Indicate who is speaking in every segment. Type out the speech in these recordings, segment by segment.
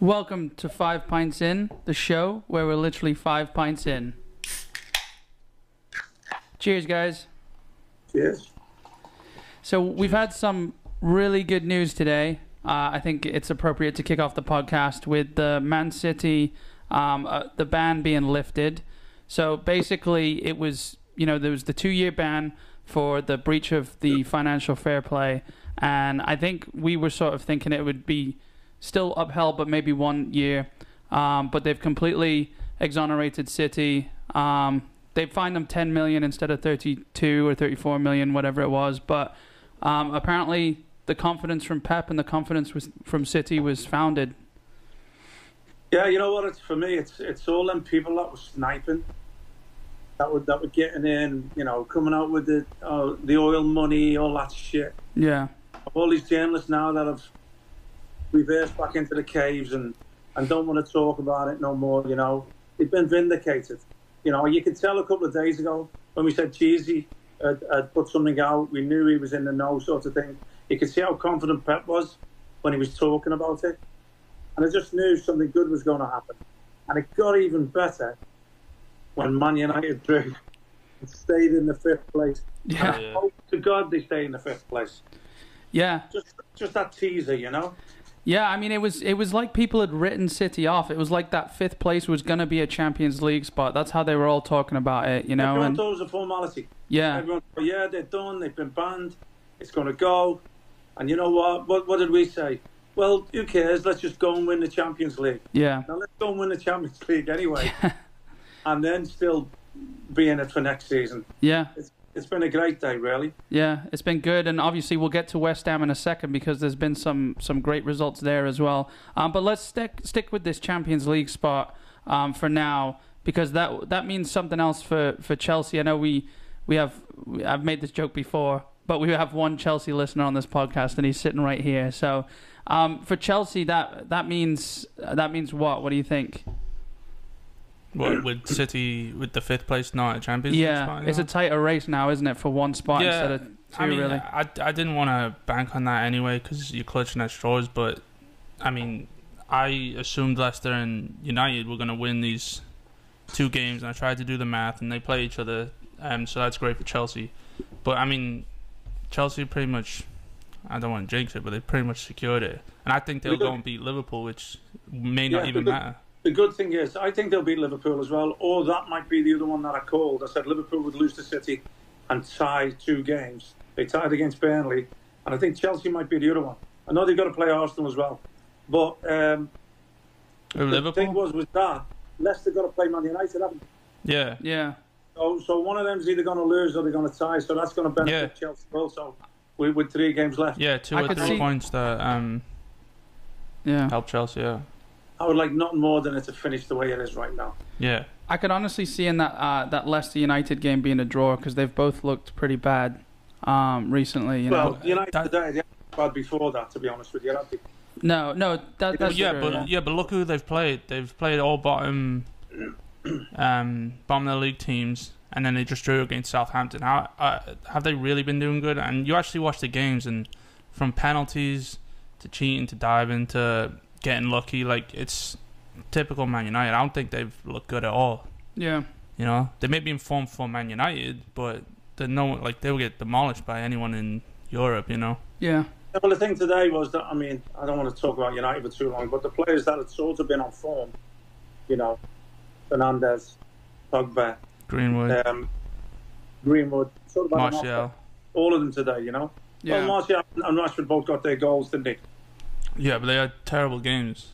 Speaker 1: Welcome to Five Pints In, the show where we're literally five pints in. Cheers, guys.
Speaker 2: Cheers.
Speaker 1: So we've had some really good news today. Uh, I think it's appropriate to kick off the podcast with the Man City, um, uh, the ban being lifted. So basically, it was you know there was the two-year ban for the breach of the financial fair play, and I think we were sort of thinking it would be still upheld, but maybe one year. Um, but they've completely exonerated City. Um, they fined them 10 million instead of 32 or 34 million, whatever it was. But um, apparently, the confidence from Pep and the confidence was, from City was founded.
Speaker 2: Yeah, you know what? It's for me. It's it's all them people that were sniping, that were that were getting in. You know, coming out with the uh, the oil money, all that shit.
Speaker 1: Yeah,
Speaker 2: All these journalists now that have reversed back into the caves and and don't want to talk about it no more. You know, they've been vindicated. You know, you could tell a couple of days ago when we said Cheesy had, had put something out. We knew he was in the know, sort of thing. You could see how confident Pep was when he was talking about it. and I just knew something good was going to happen. And it got even better when Man United drew and stayed in the fifth place. And I
Speaker 1: yeah,
Speaker 3: Yeah.
Speaker 2: hope to God they stay in the fifth place.
Speaker 1: yeah,
Speaker 2: Just, just that teaser, you know.
Speaker 1: yeah. I mean, it was it was like people had written City off. It was like that fifth place was gonna be a Champions League spot. That's how they were all talking about it, you know.
Speaker 2: Everyone
Speaker 1: And
Speaker 2: thought it was a formality.
Speaker 1: yeah,
Speaker 2: Everyone thought, yeah, they're done. They've been banned. It's going to go. And you know what? What, what did we say? Well, who cares? Let's just go and win the Champions League.
Speaker 1: yeah,
Speaker 2: Now let's go and win the Champions League anyway, and then still be in it for next season.
Speaker 1: yeah.
Speaker 2: It's, it's been a great day, really.
Speaker 1: Yeah, it's been good, and obviously we'll get to West Ham in a second because there's been some some great results there as well. Um, but let's stick stick with this Champions League spot um, for now because that that means something else for, for Chelsea. I know we we have we- I've made this joke before, but we have one Chelsea listener on this podcast, and he's sitting right here. So um, for Chelsea, that that means that means what? What do you think?
Speaker 3: What with City with the fifth place not a Champions League
Speaker 1: yeah,
Speaker 3: spot
Speaker 1: it's a
Speaker 3: anymore?
Speaker 1: tighter race now, isn't it, for one spot
Speaker 3: Yeah,
Speaker 1: instead of two?
Speaker 3: I mean, uh,
Speaker 1: really?
Speaker 3: I, I didn't want to bank on that anyway because you're clutching at straws. But I mean, I assumed Leicester and United were going to win these two games, and I tried to do the math, and they play each other, um, so that's great for Chelsea. But I mean, Chelsea pretty much. I don't want to jinx it, but they pretty much secured it, and I think they'll
Speaker 2: They do.
Speaker 3: go and beat Liverpool, which may not
Speaker 2: Yeah,
Speaker 3: even
Speaker 2: they do.
Speaker 3: matter.
Speaker 2: The good thing is, I think they'll beat Liverpool as well, or that might be the other one that I called. I said Liverpool would lose to City and tie two games. They tied against Burnley, and I think Chelsea might be the other one. I know they've got to play Arsenal as well, but um, the thing
Speaker 3: Liverpool,
Speaker 2: was with that, Leicester got to play Man United, haven't they?
Speaker 3: yeah.
Speaker 1: yeah.
Speaker 2: So, so one of them's either going to lose or they're going to tie, so that's going to benefit
Speaker 3: Yeah.
Speaker 2: Chelsea also. With, with three games left,
Speaker 3: Yeah, two
Speaker 1: I
Speaker 3: or
Speaker 1: could
Speaker 3: three
Speaker 1: see-
Speaker 3: points that um,
Speaker 1: Yeah.
Speaker 3: help Chelsea. Yeah,
Speaker 2: I would like nothing more than it to finish the way it is right now.
Speaker 3: yeah,
Speaker 1: I could honestly see in that uh, that Leicester United game being a draw because they've both looked pretty bad um, recently. You know,
Speaker 2: well, United
Speaker 3: that-
Speaker 2: today, they had bad before that, to be honest with you. haven't they?
Speaker 1: no, no, that, that's
Speaker 3: yeah.
Speaker 1: true,
Speaker 3: But yeah, but look who they've played. They've played all bottom, um, bottom of the league teams, and then they just drew against Southampton. How uh, have they really been doing good? And you actually watch the games, and from penalties to cheating to diving to getting lucky, like it's typical Man United. I don't think they've looked good at all.
Speaker 1: yeah,
Speaker 3: You know, they may be in form for Man United, but they no like they will get demolished by anyone in Europe. You know.
Speaker 1: yeah,
Speaker 2: Yeah, Well, the thing today was that I mean I don't want to talk about United for too long, but the players that had sort of been on form, you know, Fernandez, Pogba,
Speaker 3: Greenwood,
Speaker 2: um, Greenwood, sort of had an
Speaker 3: Martial.
Speaker 2: offer. all of them today, you know.
Speaker 1: yeah.
Speaker 2: Well, Martial and Rashford both got their goals, didn't they?
Speaker 3: Yeah, but they had terrible games.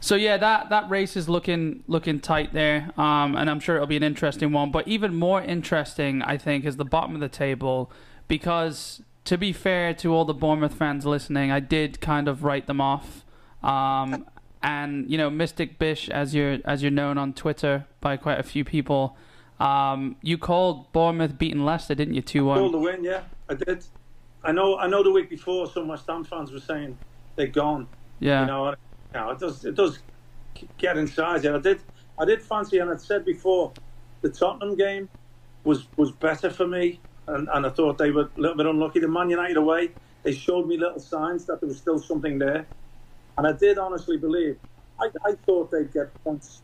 Speaker 1: So yeah, that that race is looking looking tight there, um, and I'm sure it'll be an interesting one. But even more interesting, I think, is the bottom of the table because, to be fair to all the Bournemouth fans listening, I did kind of write them off. Um, and you know, Mystic Bish, as you're as you're known on Twitter by quite a few people, um, you called Bournemouth beating Leicester, didn't you? Two
Speaker 2: All the
Speaker 1: one.
Speaker 2: win, yeah, I did. I know. I know. The week before, some West Ham fans were saying they're gone. You
Speaker 1: Yeah,
Speaker 2: know, and, you know, it does. It does get inside you. I did. I did fancy, and I'd said before, the Tottenham game was was better for me, and, and I thought they were a little bit unlucky. The Man United away, they showed me little signs that there was still something there, and I did honestly believe I, I thought they'd get points.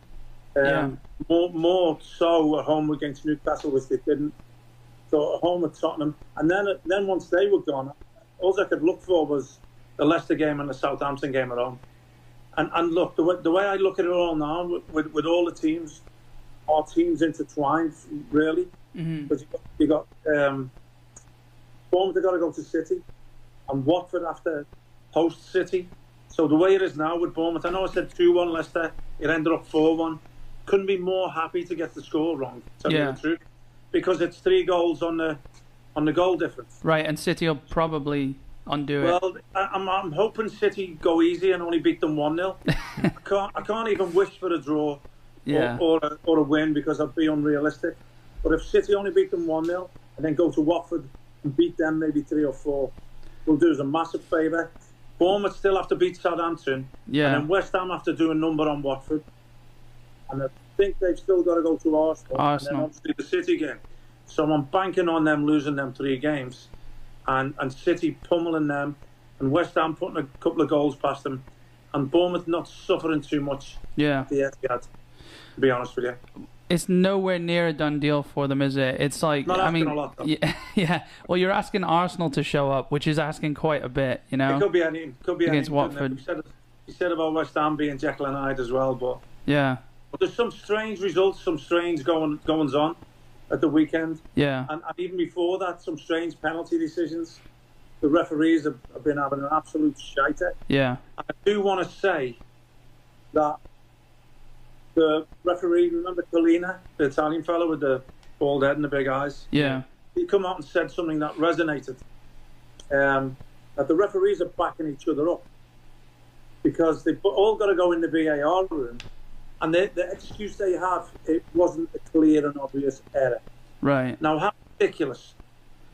Speaker 2: Um,
Speaker 1: Yeah.
Speaker 2: More, more so at home against Newcastle, which they didn't. So at home at Tottenham, and then then once they were gone, all I could look for was the Leicester game and the Southampton game at home. And and look, the way, the way I look at it all now, with, with, with all the teams, our teams intertwined really,
Speaker 1: Mhm.
Speaker 2: because you got, you got um, Bournemouth have got to go to City, and Watford after host City. So the way it is now with Bournemouth, I know I said two one Leicester, it ended up four one. Couldn't be more happy to get the score wrong. To tell
Speaker 1: Yeah.
Speaker 2: you the truth, because it's three goals on the on the goal difference.
Speaker 1: Right, and City will probably undo it.
Speaker 2: Well, I- I'm, I'm hoping City go easy and only beat them 1 0. I, can't, I can't even wish for a draw
Speaker 1: Yeah.
Speaker 2: or, or, a, or a win because I'd be unrealistic. But if City only beat them 1 0 and then go to Watford and beat them maybe 3 or 4, will do us a massive favour. Bournemouth still have to beat Southampton, and
Speaker 1: yeah.
Speaker 2: then West Ham have to do a number on Watford. And I think they've still got to go to Arsenal,
Speaker 1: Arsenal.
Speaker 2: and then obviously the City game. So I'm banking on them losing them three games, and and City pummeling them, and West Ham putting a couple of goals past them, and Bournemouth not suffering too much.
Speaker 1: Yeah.
Speaker 2: at The Etihad, to be honest with you.
Speaker 1: It's nowhere near a done deal for them, is it? It's like
Speaker 2: Not
Speaker 1: I
Speaker 2: asking
Speaker 1: mean,
Speaker 2: a lot, though.
Speaker 1: yeah, yeah. Well, you're asking Arsenal to show up, which is asking quite a bit, you
Speaker 2: It
Speaker 1: know.
Speaker 2: could be anything. Could be
Speaker 1: Against
Speaker 2: anything, couldn't it?
Speaker 1: Watford.
Speaker 2: You said, you said about West Ham being Jekyll and Hyde as well, but
Speaker 1: Yeah,
Speaker 2: but there's some strange results, some strange going goings on at the weekend.
Speaker 1: yeah,
Speaker 2: and, and even before that, some strange penalty decisions. The referees have, have been having an absolute shiter.
Speaker 1: yeah,
Speaker 2: I do want to say that the referee, remember Colina, the Italian fellow with the bald head and the big eyes,
Speaker 1: yeah,
Speaker 2: he come out and said something that resonated. Um, that the referees are backing each other up because they've all got to go in the VAR room, and the, the excuse they have it wasn't a clear and obvious error.
Speaker 1: right.
Speaker 2: Now, how ridiculous.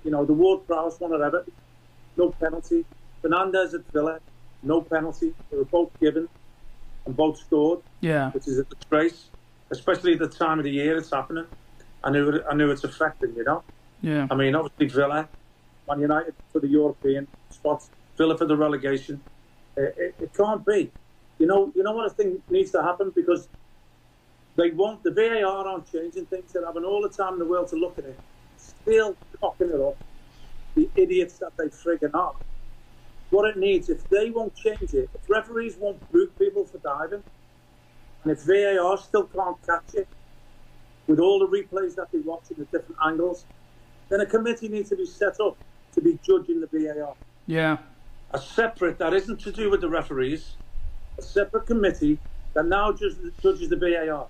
Speaker 2: You know, the Ward Prowse one at Everton, no penalty. Fernandez at Villa, no penalty. They were both given and both scored,
Speaker 1: Yeah,
Speaker 2: which is a disgrace, especially at the time of the year it's happening. I knew, it, I knew it's affecting, you know.
Speaker 1: yeah,
Speaker 2: I mean, obviously Villa, Man United for the European spots, Villa for the relegation. It, it, it can't be. You know, you know what I think needs to happen because they won't. The VAR aren't changing things. They're having all the time in the world to look at it, still cocking it up. The idiots that they frigging are. What it needs, if they won't change it, if referees won't boot people for diving, and if VAR still can't catch it, with all the replays that they watch and the different angles, then a committee needs to be set up to be judging the VAR.
Speaker 1: yeah,
Speaker 2: A separate, that isn't to do with the referees, a separate committee that now just judges the VAR.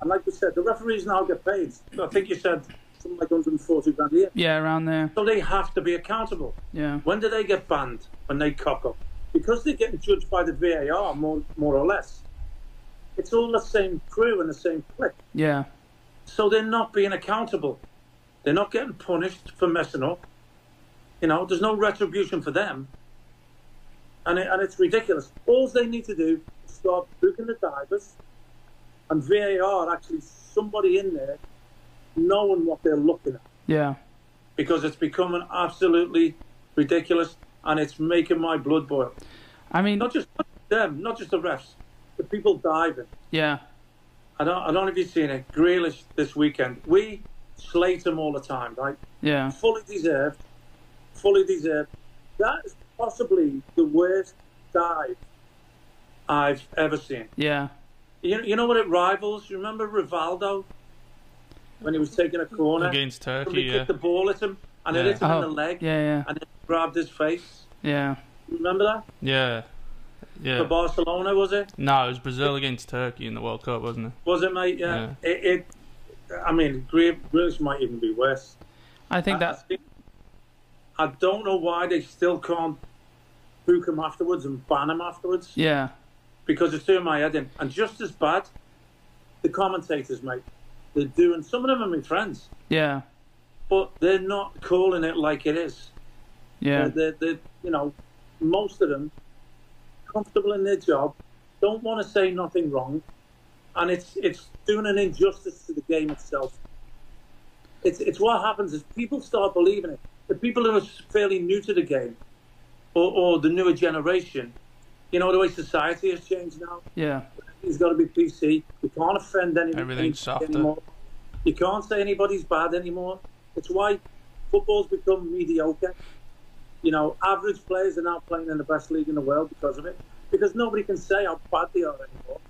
Speaker 2: And like you said, the referees now get paid. I think you said something like 140 grand a year.
Speaker 1: yeah. Around there.
Speaker 2: So they have to be accountable.
Speaker 1: Yeah,
Speaker 2: When do they get banned? When they cock up. Because they're getting judged by the VAR, more, more or less. It's all the same crew and the same clique.
Speaker 1: yeah,
Speaker 2: So they're not being accountable. They're not getting punished for messing up. You know, there's no retribution for them. And, it, and it's ridiculous. All they need to do is start booking the divers and VAR actually somebody in there knowing what they're looking at
Speaker 1: yeah,
Speaker 2: because it's becoming absolutely ridiculous and it's making my blood boil.
Speaker 1: I mean,
Speaker 2: Not just them, not just the refs, the people diving.
Speaker 1: yeah,
Speaker 2: I don't, I don't know if you've seen it. Grealish this weekend. We slate him all the time, right?
Speaker 1: yeah,
Speaker 2: Fully deserved. Fully deserved. That is possibly the worst dive I've ever seen.
Speaker 1: yeah,
Speaker 2: You know, you know what it rivals? You remember Rivaldo when he was taking a corner?
Speaker 3: Against Turkey,
Speaker 2: Somebody
Speaker 3: yeah.
Speaker 2: kicked the ball at him and it
Speaker 3: Yeah.
Speaker 2: hit him in the
Speaker 1: oh,
Speaker 2: leg
Speaker 1: yeah, yeah,
Speaker 2: and it grabbed his face.
Speaker 1: yeah,
Speaker 2: You Remember that?
Speaker 3: Yeah.
Speaker 2: For
Speaker 3: Yeah.
Speaker 2: Barcelona, was it?
Speaker 3: No, it was Brazil against Turkey in the World Cup, wasn't it?
Speaker 2: Was it, mate? Yeah. It, it. I mean, Gre- Grealish might even be worse.
Speaker 1: I think
Speaker 2: I- I
Speaker 1: that.
Speaker 2: think- I don't know why they still can't book him afterwards and ban him afterwards
Speaker 1: Yeah,
Speaker 2: because it's doing my head in. And just as bad, the commentators, mate, they're doing. Some of them are my friends,
Speaker 1: yeah,
Speaker 2: but they're not calling it like it is.
Speaker 1: yeah,
Speaker 2: They're, they're, they're, you know, most of them comfortable in their job, don't want to say nothing wrong, and it's it's doing an injustice to the game itself. It's it's what happens is people start believing it. The people who are fairly new to the game, or, or the newer generation, you know the way society has changed now.
Speaker 1: Yeah.
Speaker 2: It's got to be PC. You can't offend any,
Speaker 3: Everything's
Speaker 2: anybody
Speaker 3: softer.
Speaker 2: anymore. You can't say anybody's bad anymore. It's why football's become mediocre. You know, average players are now playing in the best league in the world because of it. Because nobody can say how bad they are anymore.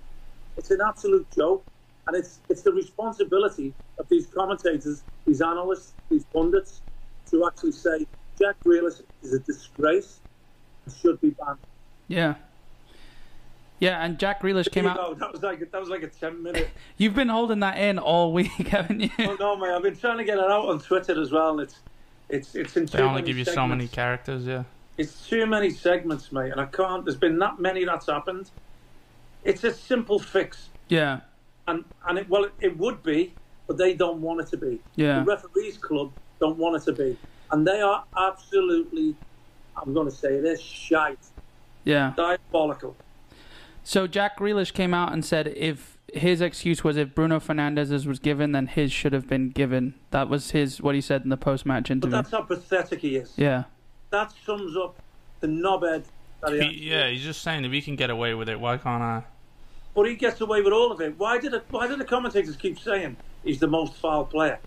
Speaker 2: It's an absolute joke, and it's it's the responsibility of these commentators, these analysts, these pundits, to actually say Jack Grealish is a disgrace and should be banned.
Speaker 1: Yeah. Yeah, and Jack Grealish came
Speaker 2: Here
Speaker 1: out.
Speaker 2: you go. That was like that was like a ten minute.
Speaker 1: You've been holding that in all week, haven't
Speaker 2: Oh
Speaker 1: you?
Speaker 2: no, mate! I've been trying to get it out on Twitter as well. and It's it's it's in too
Speaker 3: They only
Speaker 2: many
Speaker 3: give you
Speaker 2: segments.
Speaker 3: so many characters, yeah.
Speaker 2: It's too many segments, mate, and I can't. There's been that many that's happened. It's a simple fix,
Speaker 1: Yeah.
Speaker 2: and and it well it would be, but they don't want it to be.
Speaker 1: Yeah.
Speaker 2: The referees club don't want it to be, and they are absolutely. I'm going to say this shite,
Speaker 1: Yeah.
Speaker 2: diabolical.
Speaker 1: So Jack Grealish came out and said if his excuse was if Bruno Fernandez's was given, then his should have been given. That was his what he said in the post match
Speaker 2: But
Speaker 1: interview.
Speaker 2: that's how pathetic he is.
Speaker 1: Yeah.
Speaker 2: That sums up the knobhead that he actually
Speaker 3: He, yeah, he's just saying if he can get away with it, why can't I?
Speaker 2: But he gets away with all of it. Why did it, why do the commentators keep saying he's the most foul player?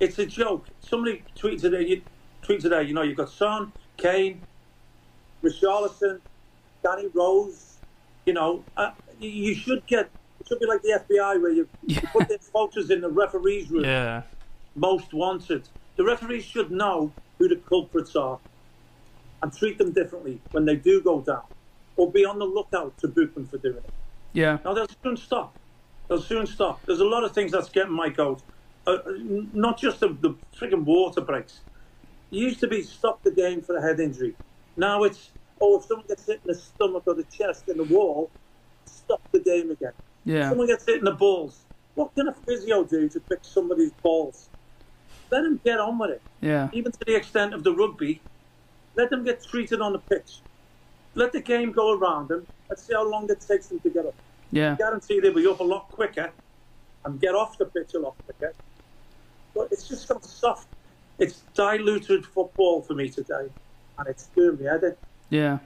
Speaker 2: It's a joke. Somebody tweeted today. You, tweet today. You know you've got Son, Kane, Richarlison, Danny Rose. You know uh, you- you should get. It should be like the FBI where you, you put their photos in the referees room.
Speaker 3: Yeah.
Speaker 2: Most wanted. The referees should know who the culprits are and treat them differently when they do go down, or be on the lookout to boot them for doing it.
Speaker 1: Yeah.
Speaker 2: Now they'll soon stop. They'll soon stop. There's a lot of things that's getting my goat. Uh, n- not just the, the frigging water breaks. It used to be stop the game for a head injury. Now it's oh, if someone gets hit in the stomach or the chest in the wall, stop the game again.
Speaker 1: Yeah.
Speaker 2: Someone gets hit in the balls. What can a physio do to fix somebody's balls? Let him get on with it
Speaker 1: Yeah.
Speaker 2: even to the extent of the rugby, let them get treated on the pitch. Let the game go around them. Let's see how long it takes them to get up.
Speaker 1: Yeah.
Speaker 2: Guarantee they'll be up a lot quicker and get off the pitch a lot quicker. But it's just so soft. It's diluted football for me today, and it's doing me head in.
Speaker 1: Yeah.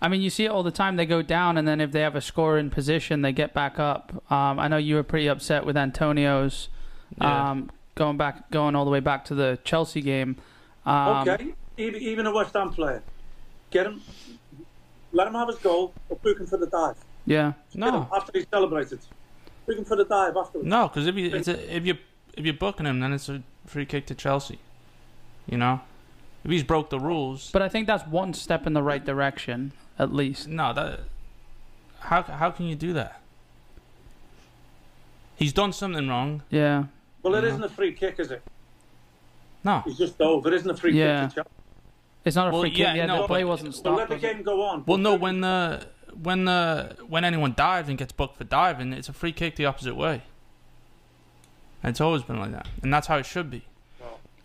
Speaker 1: I mean, you see it all the time. They go down, and then if they have a scorer in position, they get back up. Um, I know you were pretty upset with Antonio's
Speaker 3: Yeah.
Speaker 1: um, going back, going all the way back to the Chelsea game. Um,
Speaker 2: Okay, even, even a West Ham player, get him, let him have his goal, or book him for the dive.
Speaker 1: Yeah.
Speaker 2: Get him
Speaker 3: No.
Speaker 2: after he celebrated, book him for the dive afterwards.
Speaker 3: No, because if you it's a, if you if you're booking him, then it's a free kick to Chelsea. You know, if he's broke the rules,
Speaker 1: But I think that's one step in the right direction, at least.
Speaker 3: no, that how how can you do that? He's done something wrong.
Speaker 1: Yeah.
Speaker 2: Well, it
Speaker 3: No.
Speaker 2: not a free kick, is it?
Speaker 3: No,
Speaker 2: It's just over. It isn't a free
Speaker 1: Yeah.
Speaker 2: kick. to Chelsea.
Speaker 1: It's not a
Speaker 3: Well,
Speaker 1: free kick.
Speaker 3: yeah,
Speaker 1: Yeah,
Speaker 3: no,
Speaker 1: the play
Speaker 3: but-
Speaker 1: wasn't
Speaker 2: Well,
Speaker 1: stopped.
Speaker 2: let the
Speaker 1: was it?
Speaker 2: game go on.
Speaker 3: Well, no, when the when the when anyone dives and gets booked for diving, it's a free kick the opposite way. And it's always been like that, and that's how it should be.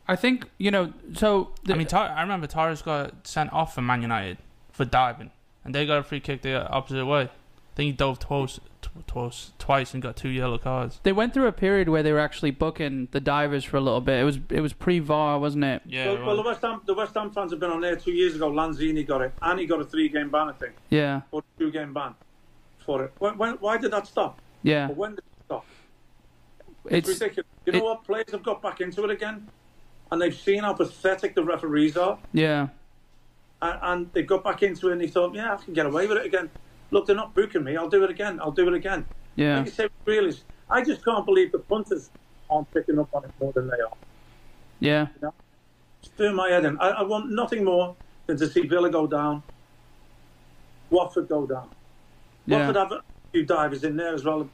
Speaker 1: I think you know. So the,
Speaker 3: I mean, Tar- I remember Torres got sent off for Man United for diving, and they got a free kick the opposite way. I think he dove twice, tw- twice, twice and got two yellow cards.
Speaker 1: they went through a period where they were actually booking the divers for a little bit. It was it was pre VAR, wasn't it?
Speaker 3: Yeah,
Speaker 2: Well, well, the West Ham, the West Ham fans have been on there two years ago. Lanzini got it, and he got a three-game ban, I think,
Speaker 1: Yeah.
Speaker 2: or two-game ban for it. When, when, why did that stop?
Speaker 1: Yeah.
Speaker 2: Or when did it stop? It's,
Speaker 1: It's
Speaker 2: ridiculous. You
Speaker 1: it-
Speaker 2: know what? Players have got back into it again, and they've seen how pathetic the referees are,
Speaker 1: yeah.
Speaker 2: and, and they got back into it, and they thought, yeah, I can get away with it again. Look, they're not booking me. I'll do it again. I'll do it again.
Speaker 1: Yeah.
Speaker 2: Like you say, really, I just can't believe the punters aren't picking up on it more than they are.
Speaker 1: Yeah.
Speaker 2: Through my head in. I, I want nothing more than to see Villa go down, Watford go down.
Speaker 1: Yeah.
Speaker 2: Watford have a few divers in there as well.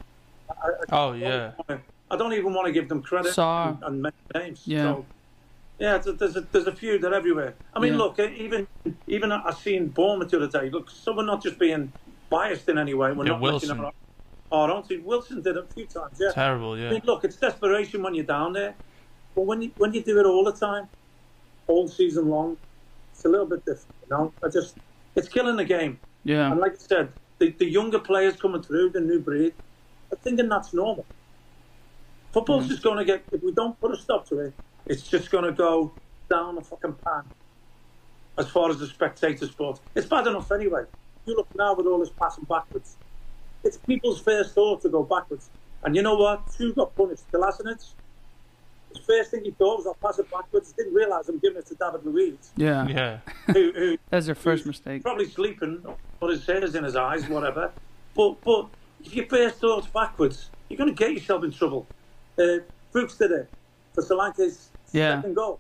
Speaker 2: I, I,
Speaker 3: oh
Speaker 2: I don't
Speaker 3: yeah,
Speaker 2: wanna- I don't even want to give them credit
Speaker 1: Saar.
Speaker 2: and, and mention names.
Speaker 1: Yeah.
Speaker 2: So, yeah, there's- there's a, there's a few that are everywhere. I mean,
Speaker 1: Yeah.
Speaker 2: look, e, even even I seen Bournemouth the other day. Look, so we're not just being biased in any way. We're
Speaker 3: Yeah,
Speaker 2: not looking
Speaker 3: Wilson.
Speaker 2: at our, our own team. Wilson did it a few times, yeah.
Speaker 3: terrible.
Speaker 2: I
Speaker 3: Yeah,
Speaker 2: mean, look, it's desperation when you're down there, but when you when you do it all the time, all season long, it's a little bit different. You know, I just it's killing the game.
Speaker 1: Yeah.
Speaker 2: And like I said, the, the younger players coming through, the new breed, are thinking that's normal. Football's just going to get if we don't put a stop to it, it's just going to go down the fucking pan. As far as the spectator sport, it's bad enough anyway. you look now with all this passing backwards, it's people's first thought to go backwards. And you know what? Two got punished. Kolasinac, his first thing he thought was, I'll pass it backwards. Didn't realise I'm giving it to David Luiz,
Speaker 1: Yeah.
Speaker 3: Yeah.
Speaker 2: who, who
Speaker 1: That's their first
Speaker 2: He's
Speaker 1: mistake.
Speaker 2: probably sleeping, or his hair's in his eyes, whatever. But but if your first thought's backwards, you're going to get yourself in trouble. Uh, Fuchs did it for Solanke's
Speaker 1: Yeah.
Speaker 2: second goal.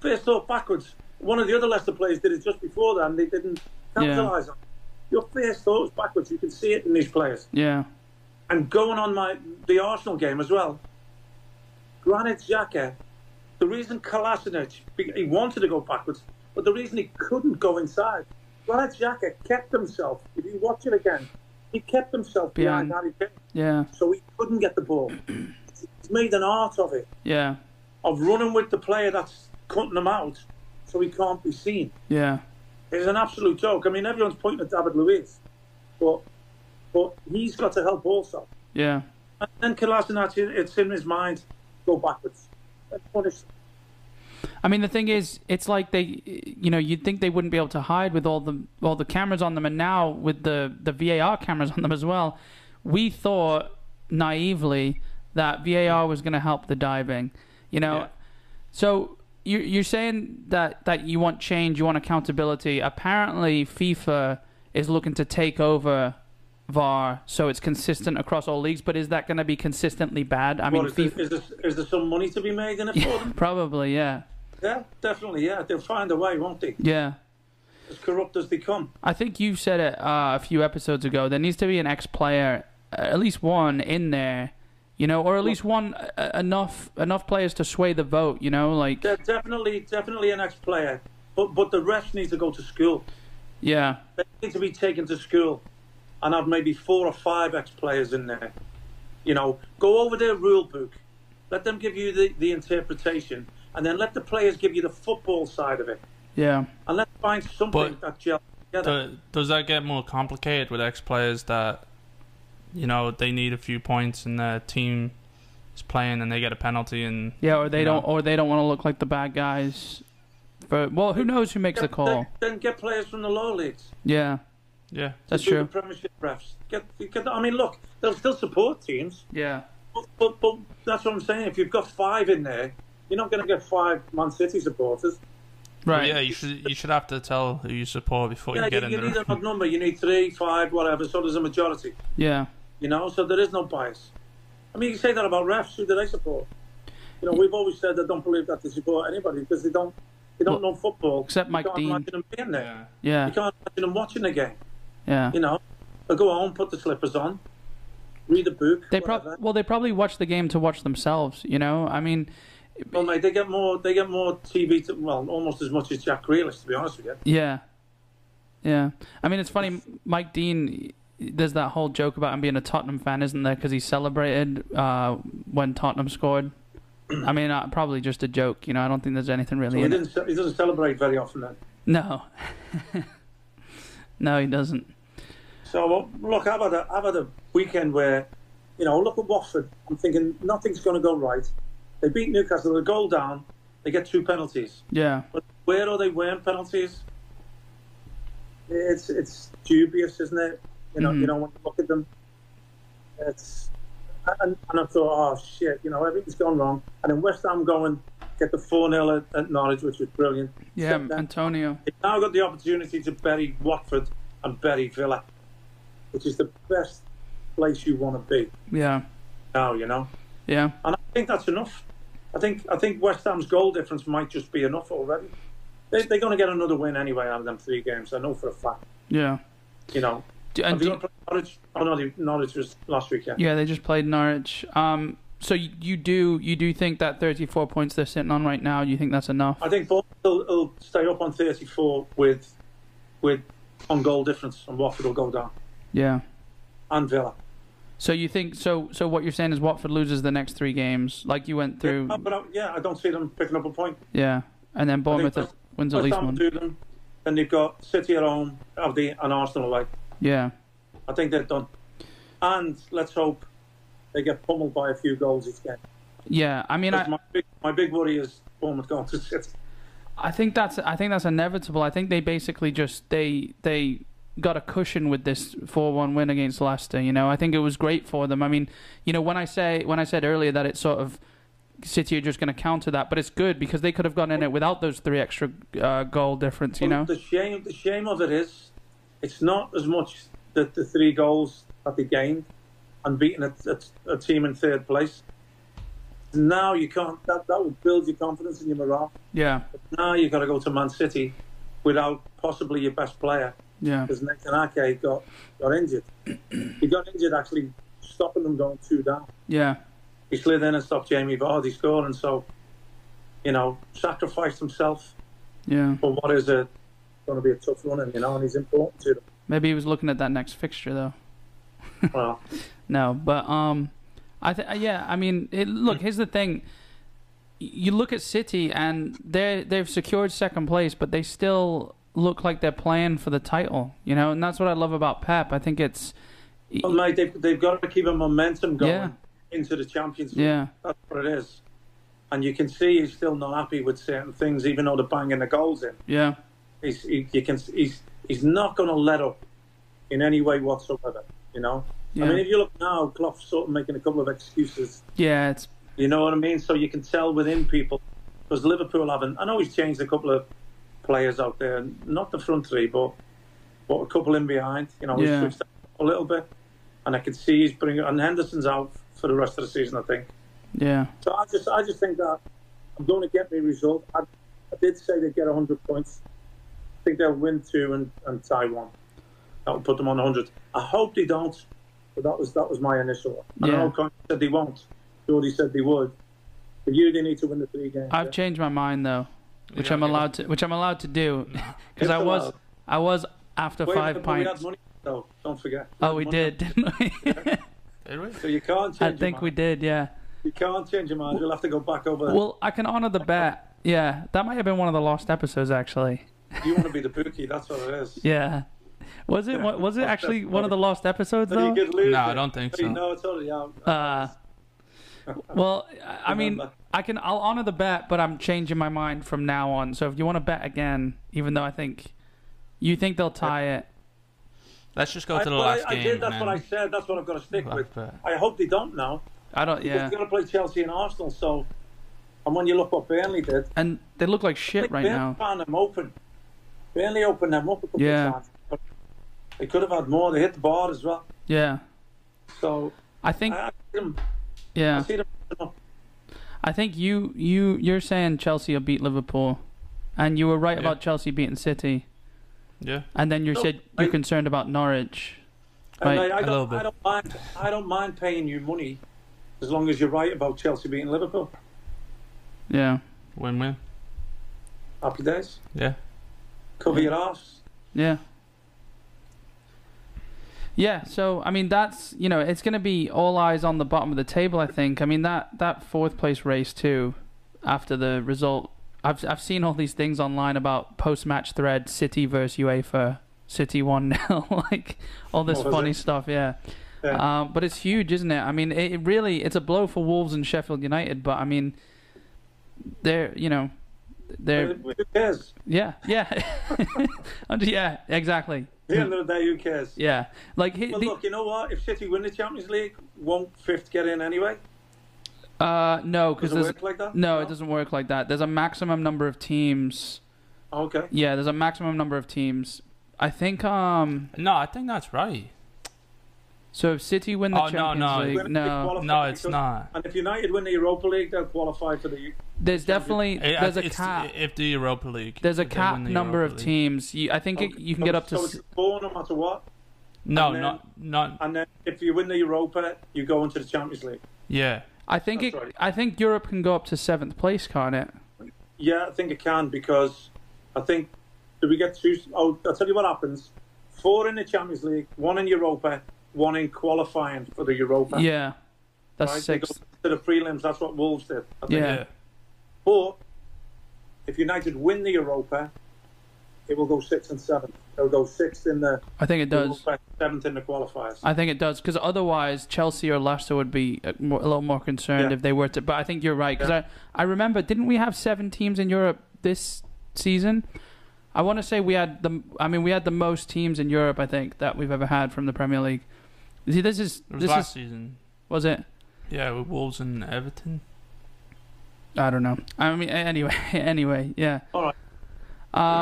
Speaker 2: First thought backwards. One of the other Leicester players did it just before that, and they didn't capitalise on it. Your first thought's backwards. You can see it in these players.
Speaker 1: Yeah.
Speaker 2: And going on my the Arsenal game as well, Granit Xhaka, the reason Kolasinac, he wanted to go backwards, but the reason he couldn't go inside, Granit Xhaka kept himself, if you watch it again, he kept himself behind
Speaker 1: Behind.
Speaker 2: Harry Kane,
Speaker 1: Yeah.
Speaker 2: so he couldn't get the ball. He's made an art of it,
Speaker 1: Yeah.
Speaker 2: of running with the player that's cutting him out so he can't be seen.
Speaker 1: Yeah.
Speaker 2: It's an absolute joke. I mean, everyone's pointing at David Luiz, but, but he's got to help also.
Speaker 1: Yeah.
Speaker 2: And Kolasinac, it's in his mind, go backwards. That's punish.
Speaker 1: I mean, the thing is, it's like they, you know, you'd think they wouldn't be able to hide with all the all the cameras on them, and now with the the VAR cameras on them as well, we thought naively that VAR was going to help the diving, you know.
Speaker 3: Yeah.
Speaker 1: So you you're saying that that you want change, you want accountability. Apparently, FIFA is looking to take over VAR so it's consistent across all leagues. But is that going to be consistently bad? I mean,
Speaker 2: What, is, there,
Speaker 1: FIFA
Speaker 2: is, there, is there some money to be made in it for them?
Speaker 1: probably, yeah,
Speaker 2: Yeah, definitely, yeah. They'll find a way, won't they?
Speaker 1: yeah.
Speaker 2: As corrupt as they come.
Speaker 1: I think you said it uh, a few episodes ago. There needs to be an ex-player, uh, at least one in there, you know, or at least one uh, enough enough players to sway the vote, you know, like
Speaker 2: They're definitely, definitely an ex-player. But, but the rest needs to go to school.
Speaker 1: yeah,
Speaker 2: They need to be taken to school and have maybe four or five ex-players in there. You know, go over their rule book. Let them give you the, the interpretation. And then let the players give you the football side of it.
Speaker 1: yeah,
Speaker 2: And let's find something
Speaker 3: But-
Speaker 2: that gels together.
Speaker 3: Do- does that get more complicated with ex players that, you know, they need a few points and their team is playing and they get a penalty and
Speaker 1: yeah, or they
Speaker 3: Yeah.
Speaker 1: don't, or they don't want to look like the bad guys. But well, who knows who makes the
Speaker 2: Get-
Speaker 1: call?
Speaker 2: Then, then get players from the lower leagues. to
Speaker 1: Yeah,
Speaker 3: yeah,
Speaker 1: that's
Speaker 2: do
Speaker 1: true.
Speaker 2: The Premiership refs. Get, get, I mean, look, they'll still support teams,
Speaker 1: Yeah,
Speaker 2: but, but, but that's what I'm saying. If you've got five in there, you're not going to get five Man City supporters.
Speaker 1: right.
Speaker 3: yeah. You should you should have to tell who you support before
Speaker 2: yeah,
Speaker 3: you get
Speaker 2: you,
Speaker 3: in
Speaker 2: you
Speaker 3: the
Speaker 2: need an
Speaker 3: room.
Speaker 2: odd number. You need three, five, whatever. So there's a majority.
Speaker 1: yeah.
Speaker 2: You know, so there is no bias. I mean, you say that about refs. Who do they support? You know, we've always said they don't believe that they support anybody because they don't. They don't
Speaker 1: Well,
Speaker 2: know football.
Speaker 1: except Mike
Speaker 2: you can't
Speaker 1: Dean.
Speaker 2: Imagine them being there.
Speaker 3: Yeah.
Speaker 1: Yeah,
Speaker 2: You can't imagine them watching the game.
Speaker 1: yeah.
Speaker 2: You know, I go home, put the slippers on, read a book.
Speaker 1: They
Speaker 2: whatever.
Speaker 1: prob well, they probably watch the game to watch themselves. You know, I mean,
Speaker 2: Well, mate, they get more. They get more TV. To, well, almost as much as Jack Grealish, to be honest with you.
Speaker 1: Yeah, yeah. I mean, it's funny. Mike Dean, there's that whole joke about him being a Tottenham fan, isn't there? Because he celebrated uh, when Tottenham scored. I mean, uh, probably just a joke. You know, I don't think there's anything
Speaker 2: So
Speaker 1: really.
Speaker 2: he
Speaker 1: in it.
Speaker 2: didn't. ce- He doesn't celebrate very often then.
Speaker 1: No, no, he doesn't.
Speaker 2: So well, look, I've had a, I've had a weekend where, you know, look at Watford. I'm thinking nothing's going to go right. They beat Newcastle. They goal down. They get two penalties.
Speaker 1: Yeah,
Speaker 2: But where are they wearing penalties? It's it's dubious, isn't it? You know, you
Speaker 1: Mhm.
Speaker 2: know when you look at them, it's and, and I thought, oh shit, you know everything's gone wrong. And then West Ham going get the four 0 at, at Norwich, which was brilliant.
Speaker 1: yeah.
Speaker 2: Step down.
Speaker 1: Antonio.
Speaker 2: They've now got the opportunity to bury Watford and bury Villa, which is the best place you want to be
Speaker 1: Yeah,
Speaker 2: now. You know,
Speaker 1: yeah,
Speaker 2: and I think that's enough. I think I think West Ham's goal difference might just be enough already. They, they're going to get another win anyway out of them three games. I know for a fact.
Speaker 1: yeah.
Speaker 2: You know,
Speaker 1: Do- and
Speaker 2: have you
Speaker 1: do-
Speaker 2: got to play Norwich? Oh, no, they- Norwich was last weekend.
Speaker 1: yeah, they just played Norwich. Um, so you, you do you do think that 34 points they're sitting on right now? You think that's enough?
Speaker 2: I think Bournemouth will, will stay up on 34 with with on goal difference, and Watford will go down
Speaker 1: Yeah.
Speaker 2: and Villa.
Speaker 1: So you think so? So what you're saying is Watford loses the next three games, like you went through,
Speaker 2: Yeah, but I, yeah, I don't see them picking up a point.
Speaker 1: yeah, and then Bournemouth
Speaker 2: West-
Speaker 1: wins at
Speaker 2: West
Speaker 1: least
Speaker 2: Ham
Speaker 1: one.
Speaker 2: do them, then they've got City at home, Aberdeen, and Arsenal away.
Speaker 1: Yeah,
Speaker 2: I think they're done. And let's hope they get pummeled by a few goals each game.
Speaker 1: yeah. I mean,
Speaker 2: That's
Speaker 1: I,
Speaker 2: my big, my big worry is Bournemouth going to sit.
Speaker 1: I think that's I think that's inevitable. I think they basically just they they got a cushion with this 4-1 win against Leicester. You know, I think it was great for them. I mean, you know, when I say when I said earlier that it's sort of City are just going to counter that, but it's good because they could have gone in it without those three extra uh, goal difference. You
Speaker 2: Well,
Speaker 1: know,
Speaker 2: the shame the shame of it is it's not as much the, the three goals that they gained and beating a, a, a team in third place. Now you can't that, that would build your confidence and your morale.
Speaker 1: yeah,
Speaker 2: Now you've got to go to Man City without possibly your best player
Speaker 1: yeah,
Speaker 2: because Nathan Ake got, got injured. he got injured actually stopping them going two down.
Speaker 1: yeah,
Speaker 2: He slid in and stopped Jamie Vardy scoring so you know, sacrificed himself
Speaker 1: yeah.
Speaker 2: for what is a going to be a tough running, you know, and he's important to them.
Speaker 1: Maybe he was looking at that next fixture though.
Speaker 2: Well,
Speaker 1: No, but um, I th- yeah, I mean, it, look, here's the thing. Y- You look at City, and they they've secured second place, but they still look like they're playing for the title, you know. And that's what I love about Pep. I think it's
Speaker 2: well mate, they've, they've got to keep a momentum going
Speaker 1: Yeah.
Speaker 2: into the Champions League.
Speaker 1: yeah,
Speaker 2: That's what it is. And you can see he's still not happy with certain things, even though they're banging the goals in.
Speaker 1: yeah,
Speaker 2: He's, he, you can, he's, he's not going to let up in any way whatsoever, you know?
Speaker 1: yeah,
Speaker 2: I mean, if you look now, Clough's sort of making a couple of excuses.
Speaker 1: yeah. It's
Speaker 2: You know what I mean? So you can tell within people because Liverpool haven't. I know he's changed a couple of players out there, not the front three, but but a couple in behind. You know,
Speaker 1: Yeah.
Speaker 2: he's switched up a little bit, and I can see he's bringing. And Henderson's out for the rest of the season, I think.
Speaker 1: yeah,
Speaker 2: So I just I just think that I'm going to get my result. I, I did say they get 100 points. I think they'll win two and, and tie one. That would put them on 100. I hope they don't, but that was that was my initial. one. I
Speaker 1: Yeah.
Speaker 2: know Conte said they won't. Jordy said they would. But you, they need to win the three games.
Speaker 1: I've
Speaker 2: yeah?
Speaker 1: changed my mind though, which
Speaker 3: Yeah,
Speaker 1: I'm
Speaker 3: yeah.
Speaker 1: allowed to, which I'm allowed to do, because
Speaker 2: It's
Speaker 1: I was
Speaker 2: allowed.
Speaker 1: I was after
Speaker 2: Wait,
Speaker 1: five
Speaker 2: but We had
Speaker 1: pints.
Speaker 2: money, though. Don't forget.
Speaker 1: Oh, we
Speaker 2: had money.
Speaker 1: did, didn't we?
Speaker 3: Did we?
Speaker 2: So you can't change.
Speaker 1: I
Speaker 2: your
Speaker 1: think we
Speaker 2: mind.
Speaker 1: did. Yeah.
Speaker 2: You can't change your mind. You'll have to go back over.
Speaker 1: Well, I can honor the bet. Yeah, that might have been one of the lost episodes actually.
Speaker 2: you want to be the bookie. That's what it is.
Speaker 1: Yeah. Was it wa- was it actually one of the lost episodes
Speaker 2: So
Speaker 1: though?
Speaker 2: you could lose
Speaker 3: No,
Speaker 2: it.
Speaker 3: I don't think
Speaker 2: But you
Speaker 3: so.
Speaker 2: know it's already out.
Speaker 1: Uh, well, I I mean,
Speaker 2: Remember.
Speaker 1: I can I'll honor the bet, but I'm changing my mind from now on. So if you want to bet again, even though I think you think they'll tie it,
Speaker 3: Let's just go to the
Speaker 2: well,
Speaker 3: last
Speaker 2: I
Speaker 3: game.
Speaker 2: did. That's
Speaker 3: man.
Speaker 2: what I said. That's what I've got to stick
Speaker 3: Last
Speaker 2: with.
Speaker 3: bet.
Speaker 2: I hope they don't now.
Speaker 1: I don't.
Speaker 2: because
Speaker 1: Yeah,
Speaker 2: They're going to play Chelsea and Arsenal. So, and when you look what Burnley did,
Speaker 1: and they look like
Speaker 2: I
Speaker 1: shit
Speaker 2: think
Speaker 1: right
Speaker 2: Burnley
Speaker 1: now.
Speaker 2: found them open. Burnley opened them up a couple
Speaker 1: Yeah.
Speaker 2: of times. But they could have had more. They hit the bar as well.
Speaker 1: Yeah,
Speaker 2: So
Speaker 1: I think.
Speaker 2: I, I see them. I
Speaker 1: Yeah,
Speaker 2: see them. open up.
Speaker 1: I think you you you're saying Chelsea will beat Liverpool, and you were right
Speaker 3: Yeah.
Speaker 1: about Chelsea beating City,
Speaker 3: Yeah.
Speaker 1: and then you
Speaker 2: No,
Speaker 1: said you're
Speaker 2: I-
Speaker 1: concerned about Norwich.
Speaker 2: And
Speaker 1: Right,
Speaker 2: I, I,
Speaker 3: a little
Speaker 2: don't,
Speaker 3: bit.
Speaker 2: I don't mind. I don't mind paying you money as long as you're right about Chelsea beating Liverpool.
Speaker 1: Yeah,
Speaker 3: Win win.
Speaker 2: Happy days.
Speaker 3: Yeah.
Speaker 2: Cover your arse.
Speaker 1: Yeah. Yeah, so I mean that's you know it's going to be all eyes on the bottom of the table. I think. I mean that that fourth place race too, after the result. I've I've seen all these things online about post match thread City versus UEFA, City one 0 like all this
Speaker 2: Oh, was
Speaker 1: funny
Speaker 2: it?
Speaker 1: stuff. Yeah.
Speaker 2: Yeah.
Speaker 1: Um, but it's huge, isn't it? I mean, it, it really it's a blow for Wolves and Sheffield United, but I mean, they're you know they're
Speaker 2: Who cares?
Speaker 1: yeah yeah yeah exactly
Speaker 2: At the end of the day, who cares?
Speaker 1: yeah, like he,
Speaker 2: Well,
Speaker 1: the-
Speaker 2: look, you know what? If City win the Champions League, won't fifth get in anyway?
Speaker 1: uh, no, because
Speaker 2: Does it
Speaker 1: there's
Speaker 2: work like that?
Speaker 1: no, it doesn't work like that. There's a maximum number of teams.
Speaker 2: Oh, Okay.
Speaker 1: Yeah, there's a maximum number of teams. I think um,
Speaker 3: No, I think that's right.
Speaker 1: so if City win the
Speaker 3: Oh, no,
Speaker 1: Champions
Speaker 3: no.
Speaker 1: League,
Speaker 2: They
Speaker 1: no,
Speaker 2: qualify
Speaker 3: No, it's
Speaker 2: because-
Speaker 3: not.
Speaker 2: And if United win the Europa League, they'll qualify for the.
Speaker 1: there's definitely
Speaker 3: It-
Speaker 1: there's a
Speaker 3: it's-
Speaker 1: cap.
Speaker 3: If the Europa League.
Speaker 1: There's a
Speaker 3: if they
Speaker 1: cap
Speaker 3: win the
Speaker 1: number
Speaker 3: Europa
Speaker 1: of
Speaker 3: League.
Speaker 1: teams. You, I think it, you can get up to.
Speaker 2: Oh, So
Speaker 1: s-
Speaker 2: it's four no matter what.
Speaker 3: No,
Speaker 2: and then-
Speaker 3: not not.
Speaker 2: And then if you win the Europa, you go into the Champions League.
Speaker 3: Yeah.
Speaker 1: I think it,
Speaker 2: that's right.
Speaker 1: I think Europe can go up to seventh place, can't it?
Speaker 2: Yeah, I think it can because I think. Do we get two? Oh, I'll tell you what happens. Four in the Champions League, one in Europa, one in qualifying for the Europa.
Speaker 1: Yeah, that's
Speaker 2: right? They go
Speaker 1: sixth.
Speaker 2: To the prelims, that's what Wolves did. I think.
Speaker 1: Yeah.
Speaker 3: Yeah.
Speaker 2: But if United win the Europa, it will go sixth and seventh. It'll go sixth in the
Speaker 1: I think it does.
Speaker 2: Europa, seventh in the qualifiers.
Speaker 1: I think it does because otherwise Chelsea or Leicester would be a, more, a little more concerned
Speaker 2: Yeah.
Speaker 1: if they were to. But I think you're right because
Speaker 2: Yeah.
Speaker 1: I I remember didn't we have seven teams in Europe this season? I want to say we had the. I mean, we had the most teams in Europe. I think that we've ever had from the Premier League. You See, this is
Speaker 3: It was
Speaker 1: this
Speaker 3: last
Speaker 1: is
Speaker 3: season.
Speaker 1: was it?
Speaker 3: Yeah, with Wolves and Everton.
Speaker 1: I don't know. I mean, a- anyway, anyway, yeah.
Speaker 2: All right.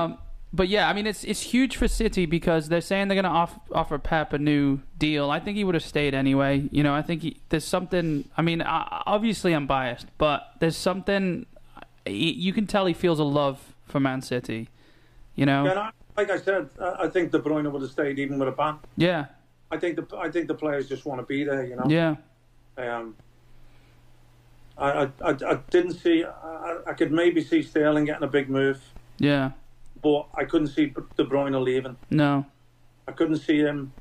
Speaker 1: Um, but yeah, I mean, it's it's huge for City because they're saying they're going to off, offer Pep a new deal. I think he would have stayed anyway. You know, I think he, there's something. I mean, I, obviously I'm biased, but there's something. y- You can tell he feels a love for Man City. You know.
Speaker 2: Yeah, and I, like I said, uh, I I think De Bruyne would have stayed even with a ban.
Speaker 1: Yeah.
Speaker 2: I think the I think the players just want to be there. You know.
Speaker 1: Yeah.
Speaker 2: Um, I, I, I I didn't see. I, I could maybe see Sterling getting a big move,
Speaker 1: Yeah.
Speaker 2: but I couldn't see De Bruyne leaving.
Speaker 1: No.
Speaker 2: I couldn't see him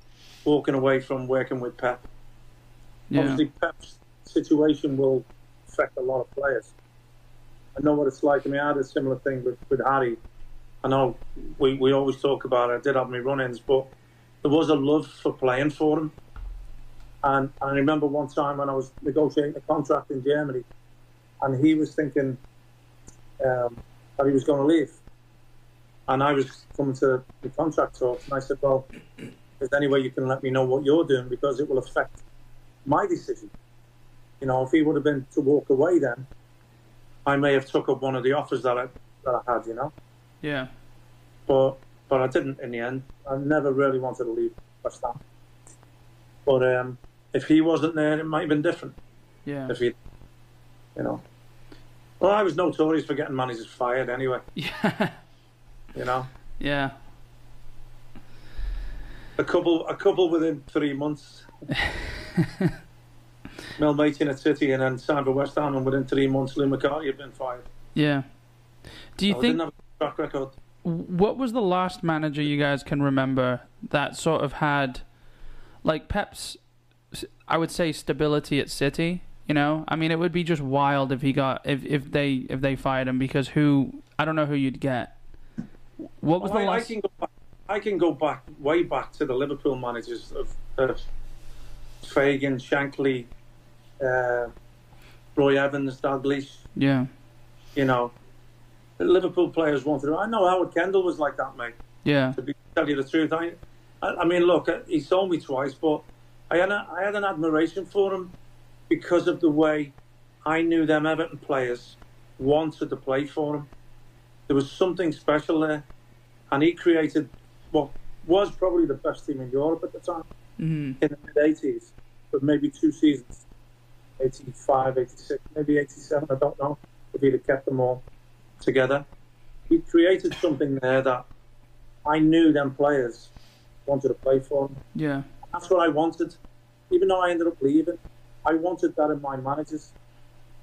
Speaker 2: walking away from working with Pep.
Speaker 1: Yeah.
Speaker 2: Obviously, Pep's situation will affect a lot of players. I know what it's like. I mean, I had a similar thing with, with Harry. I know we, we always talk about it. I did have my run ins, but there was a love for playing for him. And, and I remember one time when I was negotiating a contract in Germany, and he was thinking um, that he was going to leave. And I was coming to the contract talks, and I said, Well, is there any way you can let me know what you're doing? Because it will affect my decision. You know, if he would have been to walk away then, I may have took up one of the offers that I that I had, you know.
Speaker 1: Yeah.
Speaker 2: But but I didn't in the end. I never really wanted to leave West Ham. But um, if he wasn't there, it might have been different.
Speaker 1: Yeah.
Speaker 2: If he, you know, well, I was notorious for getting managers fired anyway.
Speaker 1: Yeah.
Speaker 2: You know,
Speaker 1: Yeah.
Speaker 2: a couple a couple within three months. Mel Mating at City and then signed for West Ham, and within three months, Lou McCarthy had been fired.
Speaker 1: Yeah. Do you
Speaker 2: I
Speaker 1: think
Speaker 2: didn't have a track record.
Speaker 1: what was the last manager you guys can remember that sort of had like Pep's I would say stability at City, you know? I mean it would be just wild if he got if if they if they fired him because who I don't know who you'd get. What was
Speaker 2: Well,
Speaker 1: the
Speaker 2: I, I
Speaker 1: last
Speaker 2: can go back, I can go back way back to the Liverpool managers of, of Fagan, Shankly, uh, Roy Evans, Dalglish.
Speaker 1: Yeah.
Speaker 2: You know, the Liverpool players wanted. I know Howard Kendall was like that, mate.
Speaker 1: Yeah.
Speaker 2: To be, tell you the truth, I, I, I mean, look, uh, he sold me twice, but I had a, I had an admiration for him because of the way I knew them Everton players wanted to play for him. There was something special there, and he created what was probably the best team in Europe at the time
Speaker 1: Mm.
Speaker 2: in the mid 80s, but maybe two seasons 85, 86, maybe 87, I don't know if he'd have kept them all together. He created something there that I knew them players wanted to play for.
Speaker 1: Yeah.
Speaker 2: That's what I wanted. Even though I ended up leaving, I wanted that in my managers.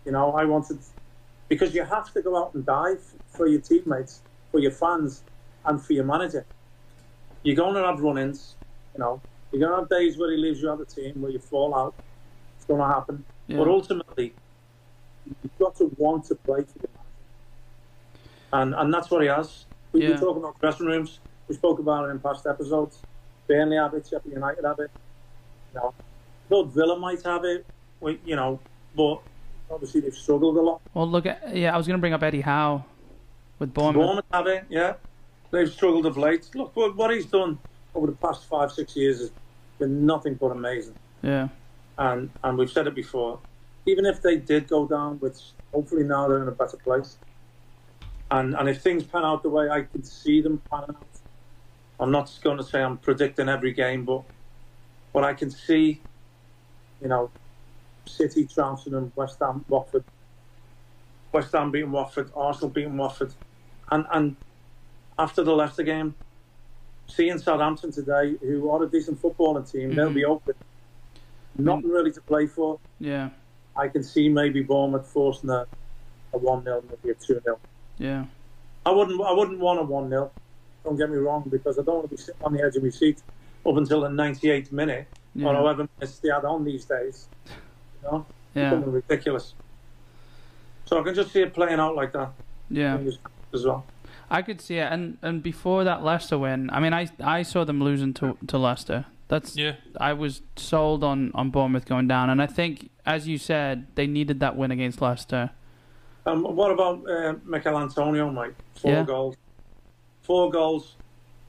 Speaker 2: You know, I wanted because you have to go out and die f- for your teammates, for your fans, and for your manager. You're going to have run-ins. You know, you're going to have days where he leaves you out of the team, where you fall out. It's going to happen.
Speaker 1: Yeah.
Speaker 2: But ultimately, you've got to want to play for your manager, and and that's what he has. We
Speaker 1: Yeah.
Speaker 2: were talking about dressing rooms. We spoke about it in past episodes. Burnley have it, Sheffield United have it. You know, Lord Villa might have it. We, you know, but obviously they've struggled a lot.
Speaker 1: Well, look at yeah, I was going to bring up Eddie Howe with Bournemouth.
Speaker 2: Bournemouth have it, yeah. They've struggled of late. Look, what, what he's done over the past five, six years has been nothing but amazing.
Speaker 1: Yeah.
Speaker 2: and and we've said it before, even if they did go down, which hopefully now they're in a better place, and and if things pan out the way I can see them panning out, I'm not going to say I'm predicting every game, but but I can see, you know, City trouncing them, West Ham, Watford, West Ham beating Watford, Arsenal beating Watford, and and after the Leicester game. Seeing Southampton today, who are a decent footballing team, they'll be open nothing really to play for.
Speaker 1: Yeah.
Speaker 2: I can see maybe Bournemouth forcing a, a one 0 maybe a two 0
Speaker 1: Yeah.
Speaker 2: I wouldn't I wouldn't want a one 0 Don't get me wrong, because I don't want to be sitting on the edge of my seat up until the 98th minute or
Speaker 1: Yeah.
Speaker 2: however minutes they had on these days. You know,
Speaker 1: Yeah.
Speaker 2: Becoming ridiculous. So I can just see it playing out like that
Speaker 1: Yeah.
Speaker 2: in this as well.
Speaker 1: I could see it, and and before that Leicester win, I mean, I I saw them losing to to Leicester. That's
Speaker 3: Yeah,
Speaker 1: I was sold on on Bournemouth going down, and I think as you said, they needed that win against Leicester.
Speaker 2: Um, what about uh, Michael Antonio, mate? Four
Speaker 1: Yeah.
Speaker 2: goals, four goals.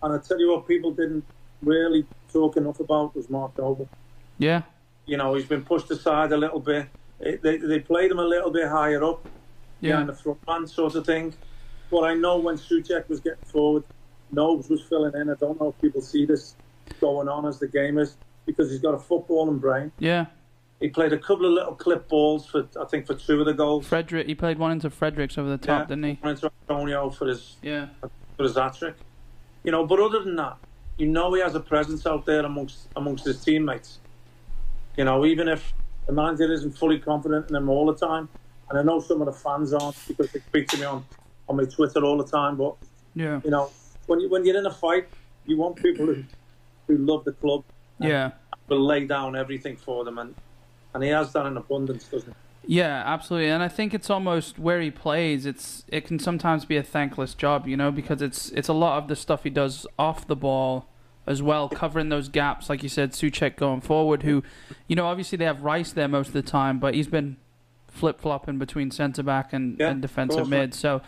Speaker 2: And I tell you what, people didn't really talk enough about was Mark Noble.
Speaker 1: Yeah.
Speaker 2: You know, he's been pushed aside a little bit. It, they, they played him a little bit higher up,
Speaker 1: Yeah.
Speaker 2: behind the front man sort of thing. But I know when Suchek was getting forward, Nobes was filling in. I don't know if people see this going on as the game is because he's got a footballing brain.
Speaker 1: Yeah.
Speaker 2: He played a couple of little clip balls for I think for two of the goals.
Speaker 1: Frederick. He played one into Fredericks over the top,
Speaker 2: Yeah.
Speaker 1: didn't he?
Speaker 2: One into Antonio for his
Speaker 1: Yeah.
Speaker 2: for his hat trick. You know, but other than that, you know he has a presence out there amongst amongst his teammates. You know, even if the manager isn't fully confident in him all the time, and I know some of the fans aren't because they speak to me on, on my Twitter all the time, but
Speaker 1: Yeah.
Speaker 2: you know, when you when you're in a fight, you want people who, who love the club
Speaker 1: Yeah.
Speaker 2: will lay down everything for them and and he has that in abundance, doesn't he?
Speaker 1: Yeah, absolutely. And I think it's almost where he plays, it's it can sometimes be a thankless job, you know, because it's it's a lot of the stuff he does off the ball as well, covering those gaps, like you said, Suchek going forward, who you know, obviously they have Rice there most of the time, but he's been flip flopping between centre back and,
Speaker 2: Yeah,
Speaker 1: and
Speaker 2: of
Speaker 1: defensive
Speaker 2: course.
Speaker 1: mid. So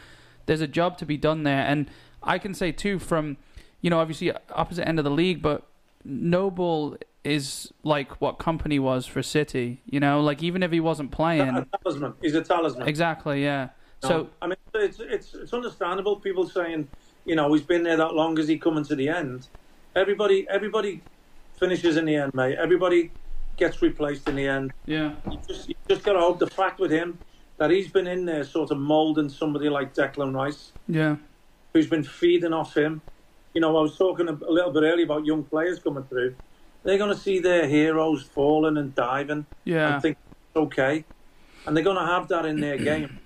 Speaker 1: there's a job to be done there. And I can say too from you know, obviously opposite end of the league, but Noble is like what company was for City, you know, like even if he wasn't playing
Speaker 2: A talisman. He's a talisman.
Speaker 1: Exactly. Yeah.
Speaker 2: No,
Speaker 1: So
Speaker 2: Um, I mean, it's it's it's understandable. People saying, you know, he's been there that long. Is he coming to the end? Everybody, everybody finishes in the end, mate. Everybody gets replaced in the end.
Speaker 1: yeah,
Speaker 2: You just you just got to hope the fact with him that he's been in there, sort of moulding somebody like Declan Rice,
Speaker 1: yeah,
Speaker 2: who's been feeding off him. You know, I was talking a a little bit earlier about young players coming through. They're going to see their heroes falling and diving
Speaker 1: yeah,
Speaker 2: and think it's okay, and they're going to have that in their game.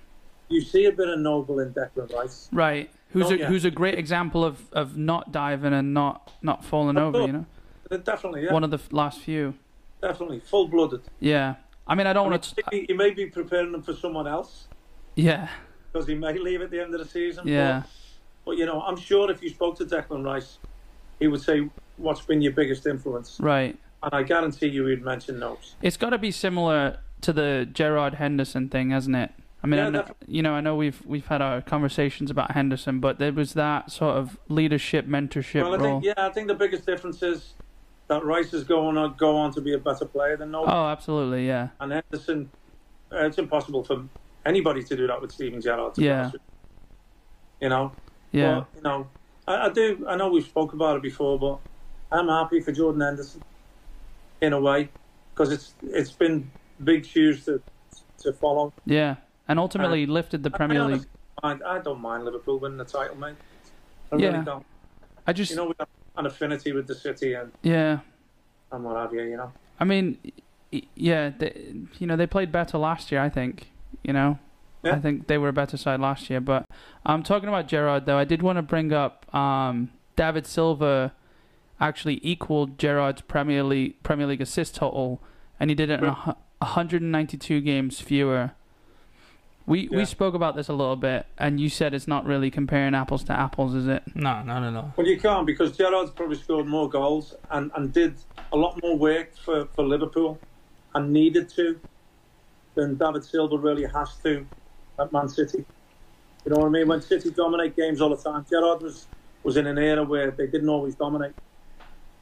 Speaker 2: You see a bit of noble in Declan Rice.
Speaker 1: right. Who's
Speaker 2: Oh,
Speaker 1: a
Speaker 2: yeah.
Speaker 1: who's a great example of of not diving and not not falling
Speaker 2: Of
Speaker 1: over.
Speaker 2: course.
Speaker 1: You know,
Speaker 2: Uh, Definitely, yeah,
Speaker 1: one of the f- last few.
Speaker 2: definitely, full blooded.
Speaker 1: Yeah. I mean, I don't
Speaker 2: I mean,
Speaker 1: want to.
Speaker 2: he, he may be preparing them for someone else
Speaker 1: Yeah.
Speaker 2: because he may leave at the end of the season.
Speaker 1: Yeah.
Speaker 2: but, but you know, I'm sure if you spoke to Declan Rice, he would say, "What's been your biggest influence?"
Speaker 1: Right.
Speaker 2: And I guarantee you, he'd mention Nobes.
Speaker 1: It's got to be similar to the Gerard Henderson thing, hasn't it? I mean, I
Speaker 2: Yeah,
Speaker 1: know, you know, I know we've we've had our conversations about Henderson, but there was that sort of leadership, mentorship
Speaker 2: well, I
Speaker 1: role.
Speaker 2: think, yeah, I think the biggest difference is that Rice is going on go on to be a better player than Nobes,
Speaker 1: Oh, absolutely. Yeah.
Speaker 2: and Henderson. Uh, it's impossible for anybody to do that with Steven Gerrard. to be
Speaker 1: Yeah.
Speaker 2: honest with you You know,
Speaker 1: Yeah.
Speaker 2: But, you know, I, I do. I know we've spoke about it before, but I'm happy for Jordan Henderson in a way because it's it's been big shoes to to follow.
Speaker 1: yeah. And ultimately lifted the Premier
Speaker 2: I
Speaker 1: League.
Speaker 2: honestly don't mind, I don't mind Liverpool winning the title, mate. I
Speaker 1: Yeah.
Speaker 2: really don't.
Speaker 1: I just,
Speaker 2: You know, we have an affinity with the city and,
Speaker 1: yeah.
Speaker 2: and what have you. You know,
Speaker 1: I mean, y- yeah, they, you know they played better last year. I think you know,
Speaker 2: Yeah.
Speaker 1: I think they were a better side last year. But um, talking about Gerard though, I did want to bring up um, David Silva actually equaled Gerard's Premier League Premier League assist total, and he did it in a hu- 192 games fewer. We
Speaker 2: Yeah.
Speaker 1: we spoke about this a little bit, and you said it's not really comparing apples to apples, is it?
Speaker 3: No, not at all.
Speaker 2: well, you can't because Gerard's probably scored more goals and, and did a lot more work for, for Liverpool and needed to than David Silva really has to at Man City. You know what I mean? When City dominate games all the time, Gerrard was, was in an era where they didn't always dominate.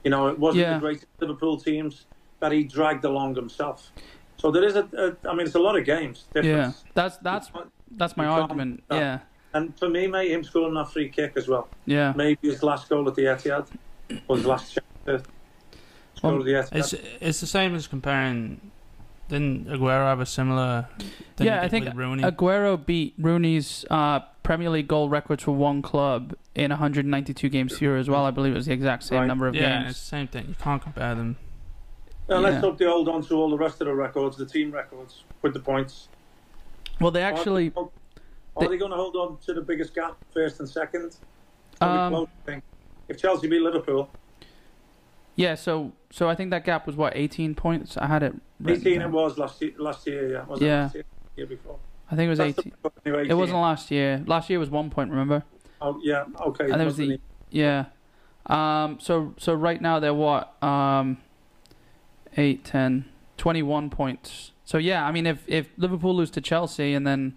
Speaker 2: You know, it wasn't
Speaker 1: Yeah.
Speaker 2: the greatest Liverpool teams that he dragged along himself. So there is a, a I mean, it's a lot of games
Speaker 1: Yeah,
Speaker 2: difference.
Speaker 1: that's that's that's my
Speaker 2: You can't-
Speaker 1: argument.
Speaker 2: no.
Speaker 1: Yeah,
Speaker 2: And for me, mate, him scoring that free kick as well.
Speaker 1: yeah.
Speaker 2: Maybe his last goal at the Etihad or his last chance to score
Speaker 1: Well,
Speaker 2: at the Etihad.
Speaker 3: It's it's the same as comparing. Didn't Aguero have a similar? Thing
Speaker 1: Yeah,
Speaker 3: he
Speaker 1: I
Speaker 3: did
Speaker 1: think
Speaker 3: with Rooney.
Speaker 1: Aguero beat Rooney's uh, Premier League goal records for one club in 192 games here as well. I believe it was the exact same
Speaker 2: Right.
Speaker 1: number of
Speaker 3: yeah, it's
Speaker 1: games.
Speaker 3: the same thing. You can't compare them.
Speaker 2: Now,
Speaker 1: Yeah.
Speaker 2: Let's hope they hold on to all the rest of the records, the team records, with the points.
Speaker 1: Well, they actually,
Speaker 2: Are they, going to hold on to the biggest gap, first and second? Probably
Speaker 1: um,
Speaker 2: close, I think. If Chelsea beat Liverpool,
Speaker 1: yeah. So, so I think that gap was what 18 points. I had it. written
Speaker 2: 18 it
Speaker 1: down.
Speaker 2: was last year, last year yeah. Was
Speaker 1: Yeah.
Speaker 2: It last year, year before.
Speaker 1: I think it was
Speaker 2: That's the
Speaker 1: 18.
Speaker 2: record anyway,
Speaker 1: It wasn't last year. Last year was one point. Remember?
Speaker 2: Oh, yeah, okay.
Speaker 1: And there was
Speaker 2: wasn't
Speaker 1: the- Yeah. Um. So so right now they're what um, eight, 10, 21 points. So yeah, I mean if if Liverpool lose to Chelsea and then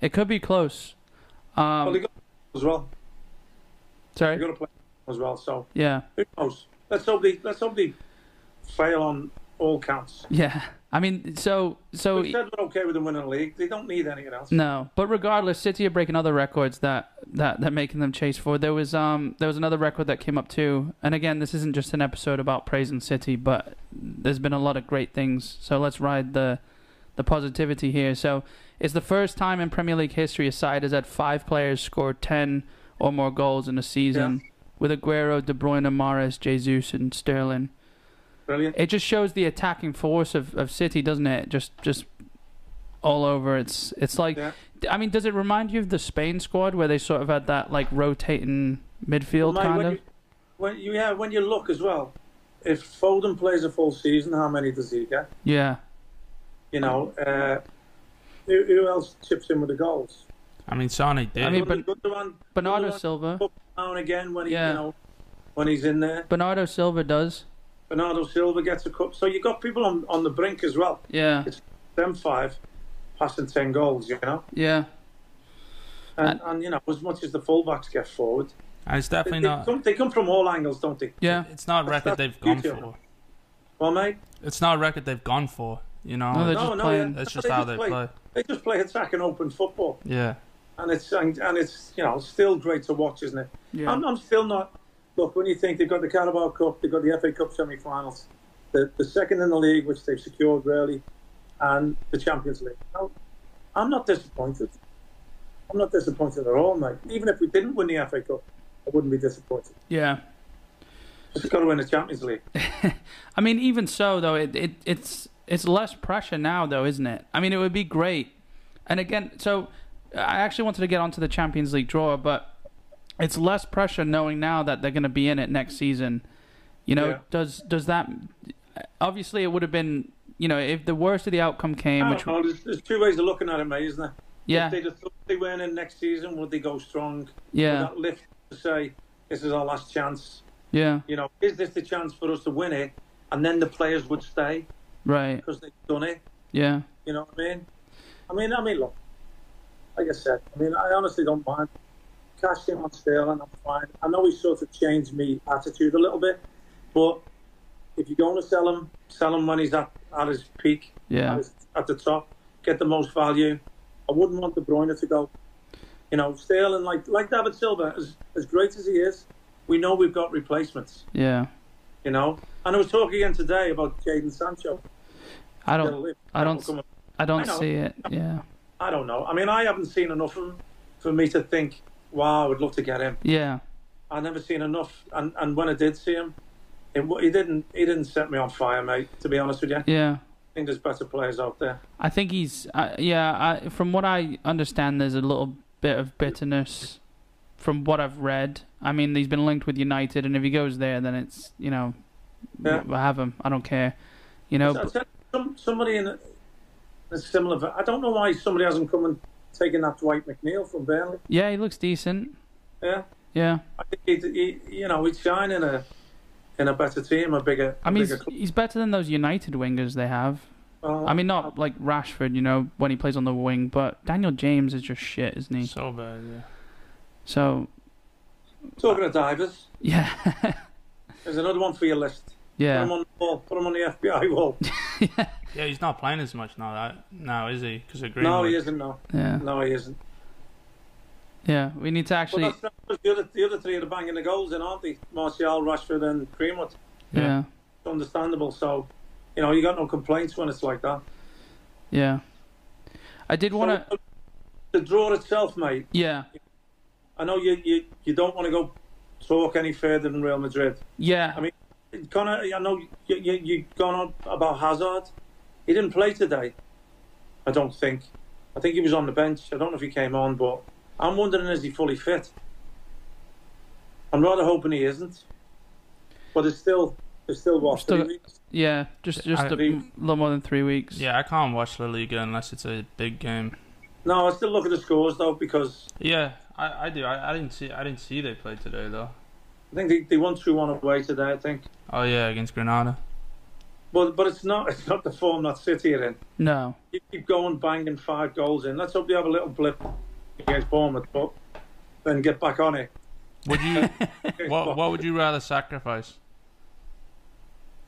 Speaker 1: it could be close. Um.
Speaker 2: Well, they got as well. They're
Speaker 1: Sorry.
Speaker 2: going to play as well. So
Speaker 1: Yeah.
Speaker 2: who knows? Let's hope they let's hope they fail on all counts.
Speaker 1: Yeah. I mean, so so
Speaker 2: We said we're okay with them winning the league. They don't need anything else.
Speaker 1: No, but regardless, City are breaking other records that that that making them chase for. There was um there was another record that came up too, and again, this isn't just an episode about praising City, but there's been a lot of great things. So let's ride the the positivity here. So it's the first time in Premier League history a side has had five players score ten or more goals in a season, with Aguero, De Bruyne, Mares, Jesus, and Sterling.
Speaker 2: Brilliant.
Speaker 1: It just shows the attacking force of, of City, doesn't it? Just just all over. It's it's like
Speaker 2: Yeah.
Speaker 1: I mean, does it remind you of the Spain squad where they sort of had that like rotating midfield
Speaker 2: Mate,
Speaker 1: kind
Speaker 2: when
Speaker 1: of?
Speaker 2: You, when you, yeah, when you look as well, if Foden plays a full season, how many does he get?
Speaker 1: Yeah,
Speaker 2: You know, uh, who, who else chips in with the goals?
Speaker 3: I mean, Sane did.
Speaker 1: I mean, but-
Speaker 2: Gundogan
Speaker 1: Bernardo
Speaker 2: Gundogan
Speaker 1: Silva.
Speaker 2: now and again when he,
Speaker 1: Yeah.
Speaker 2: you know, when he's in there.
Speaker 1: Bernardo Silva does.
Speaker 2: Bernardo Silva gets a cup. So you've got people on, on the brink as well.
Speaker 1: Yeah,
Speaker 2: Them five passing 10 goals, you know.
Speaker 1: yeah,
Speaker 2: And, and you know, as much as the fullbacks get forward,
Speaker 3: and it's
Speaker 2: they,
Speaker 3: definitely
Speaker 2: they
Speaker 3: not.
Speaker 2: come, they come from all angles, don't they?
Speaker 1: yeah.
Speaker 3: It's not a
Speaker 2: That's
Speaker 3: record
Speaker 2: not
Speaker 3: they've gone
Speaker 2: future.
Speaker 3: for.
Speaker 2: Well, mate,
Speaker 3: It's not a record they've gone for. You know,
Speaker 1: No, they're
Speaker 2: no,
Speaker 1: just
Speaker 2: no,
Speaker 1: playing.
Speaker 2: yeah.
Speaker 3: that's just how they play.
Speaker 2: they just play attack and open football.
Speaker 3: Yeah.
Speaker 2: and it's and, and it's you know still great to watch, isn't it?
Speaker 1: Yeah.
Speaker 2: I'm, I'm still not. Look, when you think they've got the Carabao Cup, they've got the FA Cup semi-finals, the, the second in the league, which they've secured really, and the Champions League. No, I'm not disappointed. I'm not disappointed at all, mate. Even if we didn't win the FA Cup, I wouldn't be disappointed.
Speaker 1: yeah.
Speaker 2: Just got to win the Champions League.
Speaker 1: I mean, even so, though, it, it it's it's less pressure now, though, isn't it? I mean, it would be great. And again, so I actually wanted to get onto the Champions League draw, but it's less pressure knowing now that they're going to be in it next season. You know,
Speaker 2: Yeah.
Speaker 1: does does that? Obviously, it would have been you know if the worst of the outcome
Speaker 2: I
Speaker 1: came,
Speaker 2: don't
Speaker 1: which
Speaker 2: know, there's, there's two ways of looking at it, mate, isn't there?
Speaker 1: yeah
Speaker 2: Oh, If they just thought they weren't in next season, would they go strong? Would
Speaker 1: yeah
Speaker 2: that lift to say this is our last chance?
Speaker 1: yeah
Speaker 2: You know, is this the chance for us to win it? And then the players would stay
Speaker 1: right
Speaker 2: because they've done it.
Speaker 1: yeah
Speaker 2: You know what I mean? I mean, I mean, look, like I said, I mean, I honestly don't mind cashing on Sterling. I'm fine. I know he sort of changed me attitude a little bit, but if you're going to sell him, sell him when he's at, at his peak, at,
Speaker 1: yeah
Speaker 2: his, at the top, get the most value. I wouldn't want De Bruyne to go. You know, Sterling, like like David Silva, as, as great as he is, we know we've got replacements
Speaker 1: yeah.
Speaker 2: you know. And I was talking again today about Jaden Sancho.
Speaker 1: I don't
Speaker 2: He'll-
Speaker 1: Oh, I don't
Speaker 2: he'll come-
Speaker 1: I don't
Speaker 2: I know.
Speaker 1: see it. Yeah
Speaker 2: I don't know. I mean, I haven't seen enough of him for me to think, wow, I would love to get him.
Speaker 1: yeah
Speaker 2: I never seen enough, and, and when I did see him, it, wa- he didn't he didn't set me on fire, mate. To be honest with you, I
Speaker 1: yeah.
Speaker 2: think there's better players out there.
Speaker 1: I think he's uh, yeah. I, from what I understand, there's a little bit of bitterness from what I've read. I mean, he's been linked with United, and if he goes there, then it's you know,
Speaker 2: Yeah.
Speaker 1: w- have him. I don't care. You know,
Speaker 2: I
Speaker 1: but,
Speaker 2: said, some, somebody in a, a similar. ve- I don't know why somebody hasn't come and taken that Dwight McNeil from Burnley.
Speaker 1: yeah, he looks decent.
Speaker 2: Yeah,
Speaker 1: Yeah,
Speaker 2: I think he, he you know he'd shine in a in a better team, a bigger.
Speaker 1: I mean,
Speaker 2: a bigger
Speaker 1: he's, he's better than those United wingers they have.
Speaker 2: club.
Speaker 1: I mean, not like Rashford, you know, when he plays on the wing, but Daniel James is just shit, isn't he?
Speaker 3: So bad. Yeah.
Speaker 1: So
Speaker 2: talking of divers.
Speaker 1: yeah,
Speaker 2: There's another one for your list. Put
Speaker 1: yeah.
Speaker 2: him on the wall. Put him on the FBI wall.
Speaker 3: Yeah, he's not playing as much now. That now is he? Because of
Speaker 2: no,
Speaker 3: Greenwood.
Speaker 2: he isn't. No,
Speaker 1: Yeah,
Speaker 2: no, he isn't.
Speaker 1: yeah. We need to
Speaker 2: But
Speaker 1: actually,
Speaker 2: that's, that's the other the other three are banging the goals, in, aren't they? Martial, Rashford, and Greenwood.
Speaker 1: yeah,
Speaker 2: It's understandable. So, you know, you got no complaints when it's like that.
Speaker 1: yeah. I did want to,
Speaker 2: So, the draw itself, mate.
Speaker 1: yeah.
Speaker 2: I know you you, you don't want to go talk any further than Real Madrid.
Speaker 1: Yeah.
Speaker 2: I mean- Connor, I know you you you've gone on about Hazard. He didn't play today. I don't think. I think he was on the bench. I don't know if he came on, but I'm wondering is he fully fit? I'm rather hoping he isn't. But it's still it's still what
Speaker 1: Still-
Speaker 2: three weeks?
Speaker 1: yeah, just just
Speaker 3: I-
Speaker 1: a little more than three weeks.
Speaker 3: Yeah, I can't watch La Liga unless it's a big game.
Speaker 2: No, I still look at the scores though because
Speaker 3: Yeah, I, I do. I, I didn't see. I didn't see they played today though.
Speaker 2: I think they, they won two one away today. I think,
Speaker 3: Oh yeah, against Granada.
Speaker 2: but but it's not it's not the form that City are in.
Speaker 1: No.
Speaker 2: you keep going banging five goals in. Let's hope they have a little blip against Bournemouth, but then get back on it.
Speaker 3: Would you? what What would you rather sacrifice?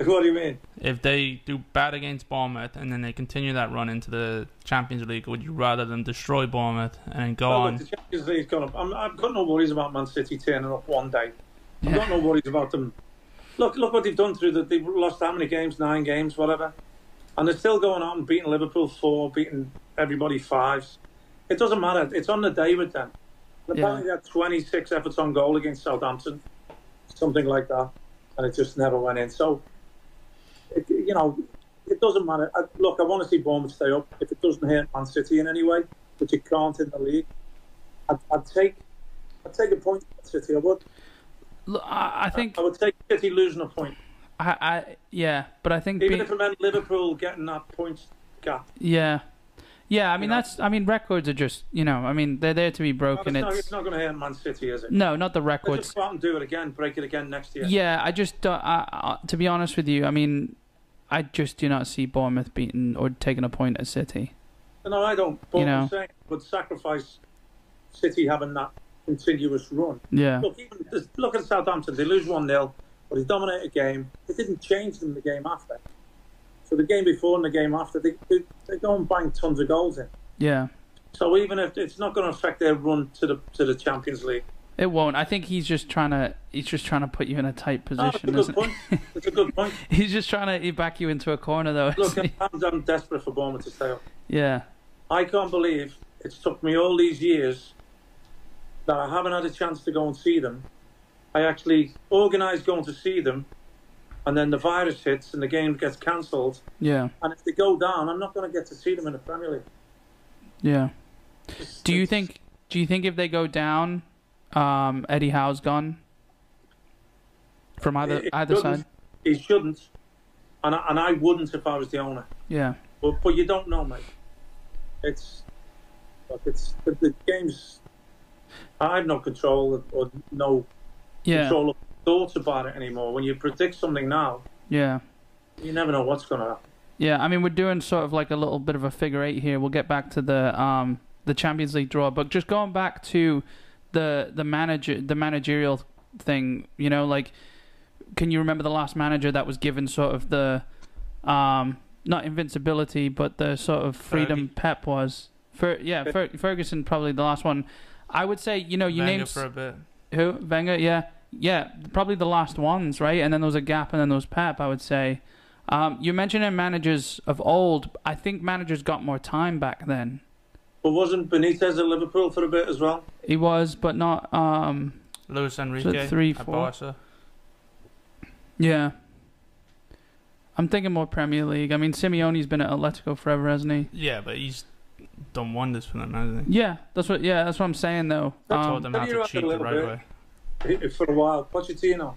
Speaker 2: What do you mean?
Speaker 3: If they do bad against Bournemouth and then they continue that run into the Champions League, would you rather them destroy Bournemouth and then go
Speaker 2: Well,
Speaker 3: on?
Speaker 2: Oh, look, the Champions League's gone up. I'm, I've got no worries about Man City turning up one day. I've
Speaker 1: Yeah.
Speaker 2: got no worries about them. Look, look what they've done through that. They've lost how many games? Nine games, whatever. And they're still going on, beating Liverpool four, beating everybody fives. It doesn't matter. It's on the day with them. And
Speaker 1: Yeah.
Speaker 2: apparently, they had 26 efforts on goal against Southampton, something like that, and it just never went in. So, it, you know, it doesn't matter. I, look, I want to see Bournemouth stay up. If it doesn't hurt Man City in any way, which it can't in the league, I'd, I'd take, I'd take a point from City. I would.
Speaker 1: Look, I, I think
Speaker 2: I would take City losing a point,
Speaker 1: I, I yeah, but I think
Speaker 2: even
Speaker 1: be-
Speaker 2: if it meant Liverpool getting that points gap.
Speaker 1: yeah, yeah. I mean
Speaker 2: You know?
Speaker 1: that's I mean records are just you know I mean they're there to be
Speaker 2: But
Speaker 1: broken.
Speaker 2: it's, not,
Speaker 1: It's
Speaker 2: it's not going to hurt Man City, is it?
Speaker 1: no, not the
Speaker 2: Let's
Speaker 1: records.
Speaker 2: just go out and do it again, break it again next year.
Speaker 1: Yeah, I just don't. I, I, to be honest with you, I mean, I just do not see Bournemouth beaten or taking a point at City.
Speaker 2: No, I don't. But
Speaker 1: You know.
Speaker 2: I'm saying would sacrifice City having that continuous run.
Speaker 1: Yeah,
Speaker 2: Look, even just look at Southampton. They lose one 0 but they dominate a game. It didn't change them the game after. So the game before and the game after, they they, they go and bang tons of goals in.
Speaker 1: yeah.
Speaker 2: So even if it's not going to affect their run to the to the Champions League,
Speaker 1: It won't. I think he's just trying to. He's just trying to put you in a tight
Speaker 2: no, it's a
Speaker 1: position,
Speaker 2: good
Speaker 1: isn't
Speaker 2: point. It's a good point.
Speaker 1: he? He's just trying to back you into a corner, though.
Speaker 2: Look, uh,
Speaker 1: isn't he?
Speaker 2: I'm, I'm desperate for Bournemouth to stay up.
Speaker 1: yeah,
Speaker 2: I can't believe it's took me all these years that I haven't had a chance to go and see them. I actually organised going to see them, and then the virus hits and the game gets cancelled.
Speaker 1: yeah,
Speaker 2: And if they go down, I'm not going to get to see them in the Premier League.
Speaker 1: yeah.
Speaker 2: It's-
Speaker 1: Do you
Speaker 2: it's-
Speaker 1: think? Do you think if they go down, um, Eddie Howe's gone from either
Speaker 2: it- it
Speaker 1: either
Speaker 2: shouldn't-
Speaker 1: side?
Speaker 2: It shouldn't, and I, and I wouldn't if I was the owner.
Speaker 1: Yeah,
Speaker 2: But, but you don't know, mate. It's look, it's the, the game's. I have no control or no
Speaker 1: yeah,
Speaker 2: control of thoughts about it anymore. When you predict something now,
Speaker 1: yeah.
Speaker 2: you never know what's going to happen.
Speaker 1: Yeah, I mean we're doing sort of like a little bit of a figure eight here. We'll get back to the um the Champions League draw, but just going back to the the manager the managerial thing, you know, like can you remember the last manager that was given sort of the um not invincibility but the sort of freedom Pep was? For yeah, Fer- Ferguson probably the last one. I would say, you know, you
Speaker 3: Wenger
Speaker 1: named
Speaker 3: for a bit.
Speaker 1: who? Wenger, yeah. Yeah, probably the last ones, right? And then there was a gap and then there was Pep, I would say. Um, you're mentioning managers of old. I think managers got more time back then.
Speaker 2: But wasn't Benitez at Liverpool for a bit as well?
Speaker 1: He was, but not. Um,
Speaker 3: Luis Enrique,
Speaker 1: three,
Speaker 3: at
Speaker 1: four?
Speaker 3: Barca.
Speaker 1: yeah. I'm thinking more Premier League. I mean, Simeone's been at Atletico forever, hasn't he?
Speaker 3: Yeah, but he's done wonders for them, hasn't he?
Speaker 1: Yeah, that's what. Yeah, that's what I'm saying though.
Speaker 3: Told
Speaker 1: Um,
Speaker 3: them
Speaker 2: Maybe
Speaker 3: how
Speaker 2: you're
Speaker 3: to
Speaker 2: right a
Speaker 3: cheat the
Speaker 2: little
Speaker 3: right
Speaker 2: bit.
Speaker 3: way.
Speaker 2: For a while, Pochettino.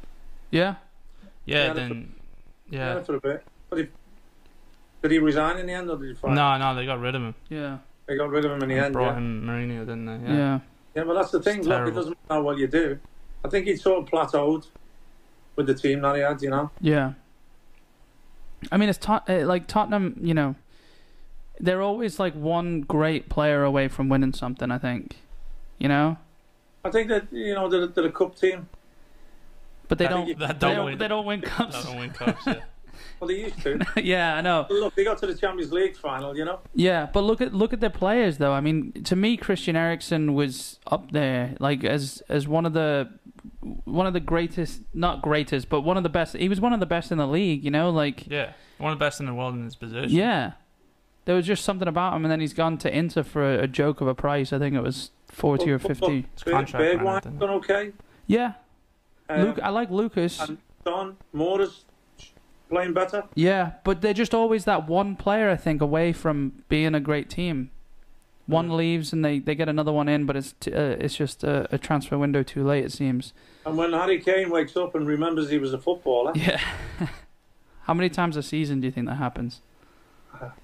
Speaker 1: yeah,
Speaker 3: Yeah,
Speaker 2: Yeah, that's
Speaker 3: then.
Speaker 2: Yeah,
Speaker 3: Yeah.
Speaker 2: for a bit. But if, did he resign in the end, or did he fire?
Speaker 3: No, no, they got rid of him.
Speaker 1: yeah,
Speaker 2: they got rid of him in the
Speaker 3: They
Speaker 2: end.
Speaker 3: brought
Speaker 2: Yeah.
Speaker 3: him Mourinho, didn't they?
Speaker 1: yeah, yeah,
Speaker 2: yeah, well, that's the thing.
Speaker 3: It's
Speaker 2: Look, it
Speaker 3: terrible.
Speaker 2: doesn't matter what you do. I think he sort of plateaued with the team that he had. You know,
Speaker 1: I mean, it's tot- eh, like Tottenham. You know, they're always like one great player away from winning something. I think, you know.
Speaker 2: I think that you know they're, they're a cup team.
Speaker 1: But they
Speaker 2: I
Speaker 1: don't.
Speaker 2: think
Speaker 1: They
Speaker 2: you-
Speaker 3: That don't
Speaker 1: don't.
Speaker 3: win.
Speaker 1: They don't win
Speaker 3: That
Speaker 1: cups.
Speaker 3: don't win cups, yeah.
Speaker 2: Well, they used to.
Speaker 1: yeah, I know.
Speaker 2: But look, they got to the Champions League final. You know,
Speaker 1: Yeah, but look at look at their players though. I mean, to me, Christian Eriksen was up there, like as as one of the one of the greatest, not greatest, but one of the best. He was one of the best in the league. You know, like
Speaker 3: Yeah, one of the best in the world in his position.
Speaker 1: yeah, there was just something about him. And then he's gone to Inter for a, a joke of a price. I think it was forty or
Speaker 2: Well, well,
Speaker 1: fifty.
Speaker 3: His contract ran out,
Speaker 2: Bergwijn's
Speaker 3: didn't
Speaker 2: done okay.
Speaker 1: Yeah,
Speaker 2: Um,
Speaker 1: Luke. I like Lucas.
Speaker 2: and Don Mora's playing better.
Speaker 1: Yeah, but they're just always that one player, I think, away from being a great team. One
Speaker 2: Mm.
Speaker 1: leaves and they, they get another one in, but it's t- uh, it's just a, a transfer window too late, it seems.
Speaker 2: And when Harry Kane wakes up and remembers he was a footballer,
Speaker 1: Yeah. How many times a season do you think that happens?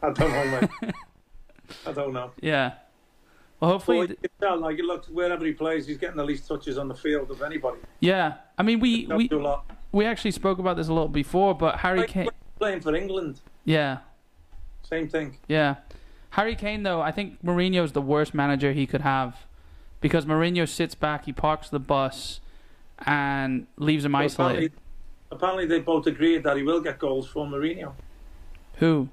Speaker 2: I don't know, mate. I don't know.
Speaker 1: Yeah. Well,
Speaker 2: Well,
Speaker 1: hopefully,
Speaker 2: you can tell, like, you look, wherever he plays, he's getting the least touches on the field of anybody.
Speaker 1: yeah. I mean, we,
Speaker 2: Helps
Speaker 1: we
Speaker 2: you a lot.
Speaker 1: we actually spoke about this a little before, but Harry
Speaker 2: Like,
Speaker 1: Kane,
Speaker 2: Playing for England,
Speaker 1: yeah,
Speaker 2: same thing.
Speaker 1: yeah. Harry Kane, though, I think Mourinho's the worst manager he could have, because Mourinho sits back, he parks the bus, and leaves him
Speaker 2: But
Speaker 1: isolated.
Speaker 2: Apparently, apparently, they both agreed that he will get goals for Mourinho.
Speaker 1: Who?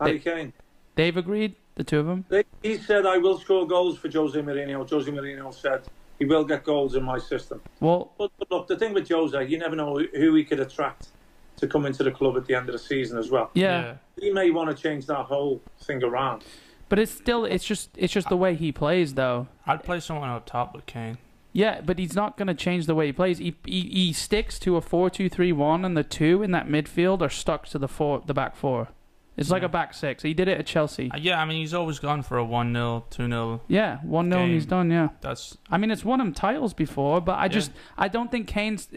Speaker 2: Harry
Speaker 1: They-
Speaker 2: Kane.
Speaker 1: They've agreed, the two of them.
Speaker 2: They, he said, "I will score goals for Jose Mourinho." Jose Mourinho said, "He will get goals in my system."
Speaker 1: Well,
Speaker 2: But, but look, the thing with Jose, you never know who he could attract to come into the club at the end of the season as well.
Speaker 1: yeah,
Speaker 2: He may want to change that whole thing around.
Speaker 1: but it's still it's just it's just the way he plays though.
Speaker 3: I'd play someone up top with Kane.
Speaker 1: Yeah, but he's not going to change the way he plays. He, he he sticks to a four-two-three-one, and the two in that midfield are stuck to the four, the back four. It's like
Speaker 3: Yeah.
Speaker 1: a back six. He did it at Chelsea.
Speaker 3: Uh, Yeah, I mean he's always gone for a one 0 two 0
Speaker 1: yeah, one 0 and he's done.
Speaker 3: Game.
Speaker 1: Yeah,
Speaker 3: That's
Speaker 1: I mean it's won him titles before, but I just I don't think Kane's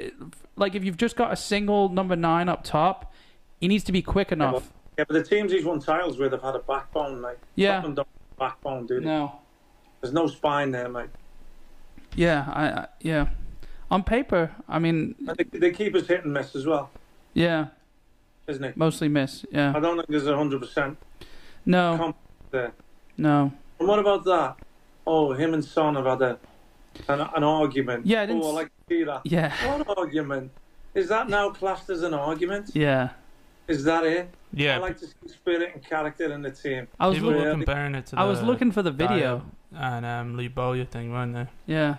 Speaker 1: like if you've just got a single number nine up top, he needs to be quick enough.
Speaker 2: Yeah, but the teams he's won titles with have had a backbone, mate.
Speaker 1: Yeah.
Speaker 2: Tottenham don't have a backbone, dude.
Speaker 1: No.
Speaker 2: There's no spine there, mate.
Speaker 1: Yeah, I, I yeah. On paper, I mean,
Speaker 2: And the, the keeper's hit and miss as well,
Speaker 1: yeah,
Speaker 2: isn't it?
Speaker 1: mostly miss.
Speaker 2: I
Speaker 1: Yeah.
Speaker 2: don't think there's 100%
Speaker 1: No.
Speaker 2: comp there.
Speaker 1: No.
Speaker 2: And what about that? Oh, him and Son have had a, an, an argument.
Speaker 1: Yeah, I didn't
Speaker 2: Oh, I
Speaker 1: s-
Speaker 2: like to see that.
Speaker 1: Yeah.
Speaker 2: What argument? Is that now classed as an argument?
Speaker 1: Yeah.
Speaker 2: Is that it?
Speaker 3: yeah.
Speaker 2: I like to see spirit and character in the team.
Speaker 1: I was
Speaker 3: people
Speaker 1: looking,
Speaker 3: were
Speaker 2: looking-
Speaker 3: comparing it to.
Speaker 1: I was
Speaker 3: the
Speaker 1: looking for the video.
Speaker 3: Dyer and um, Lee Bowyer thing, weren't they?
Speaker 1: Yeah.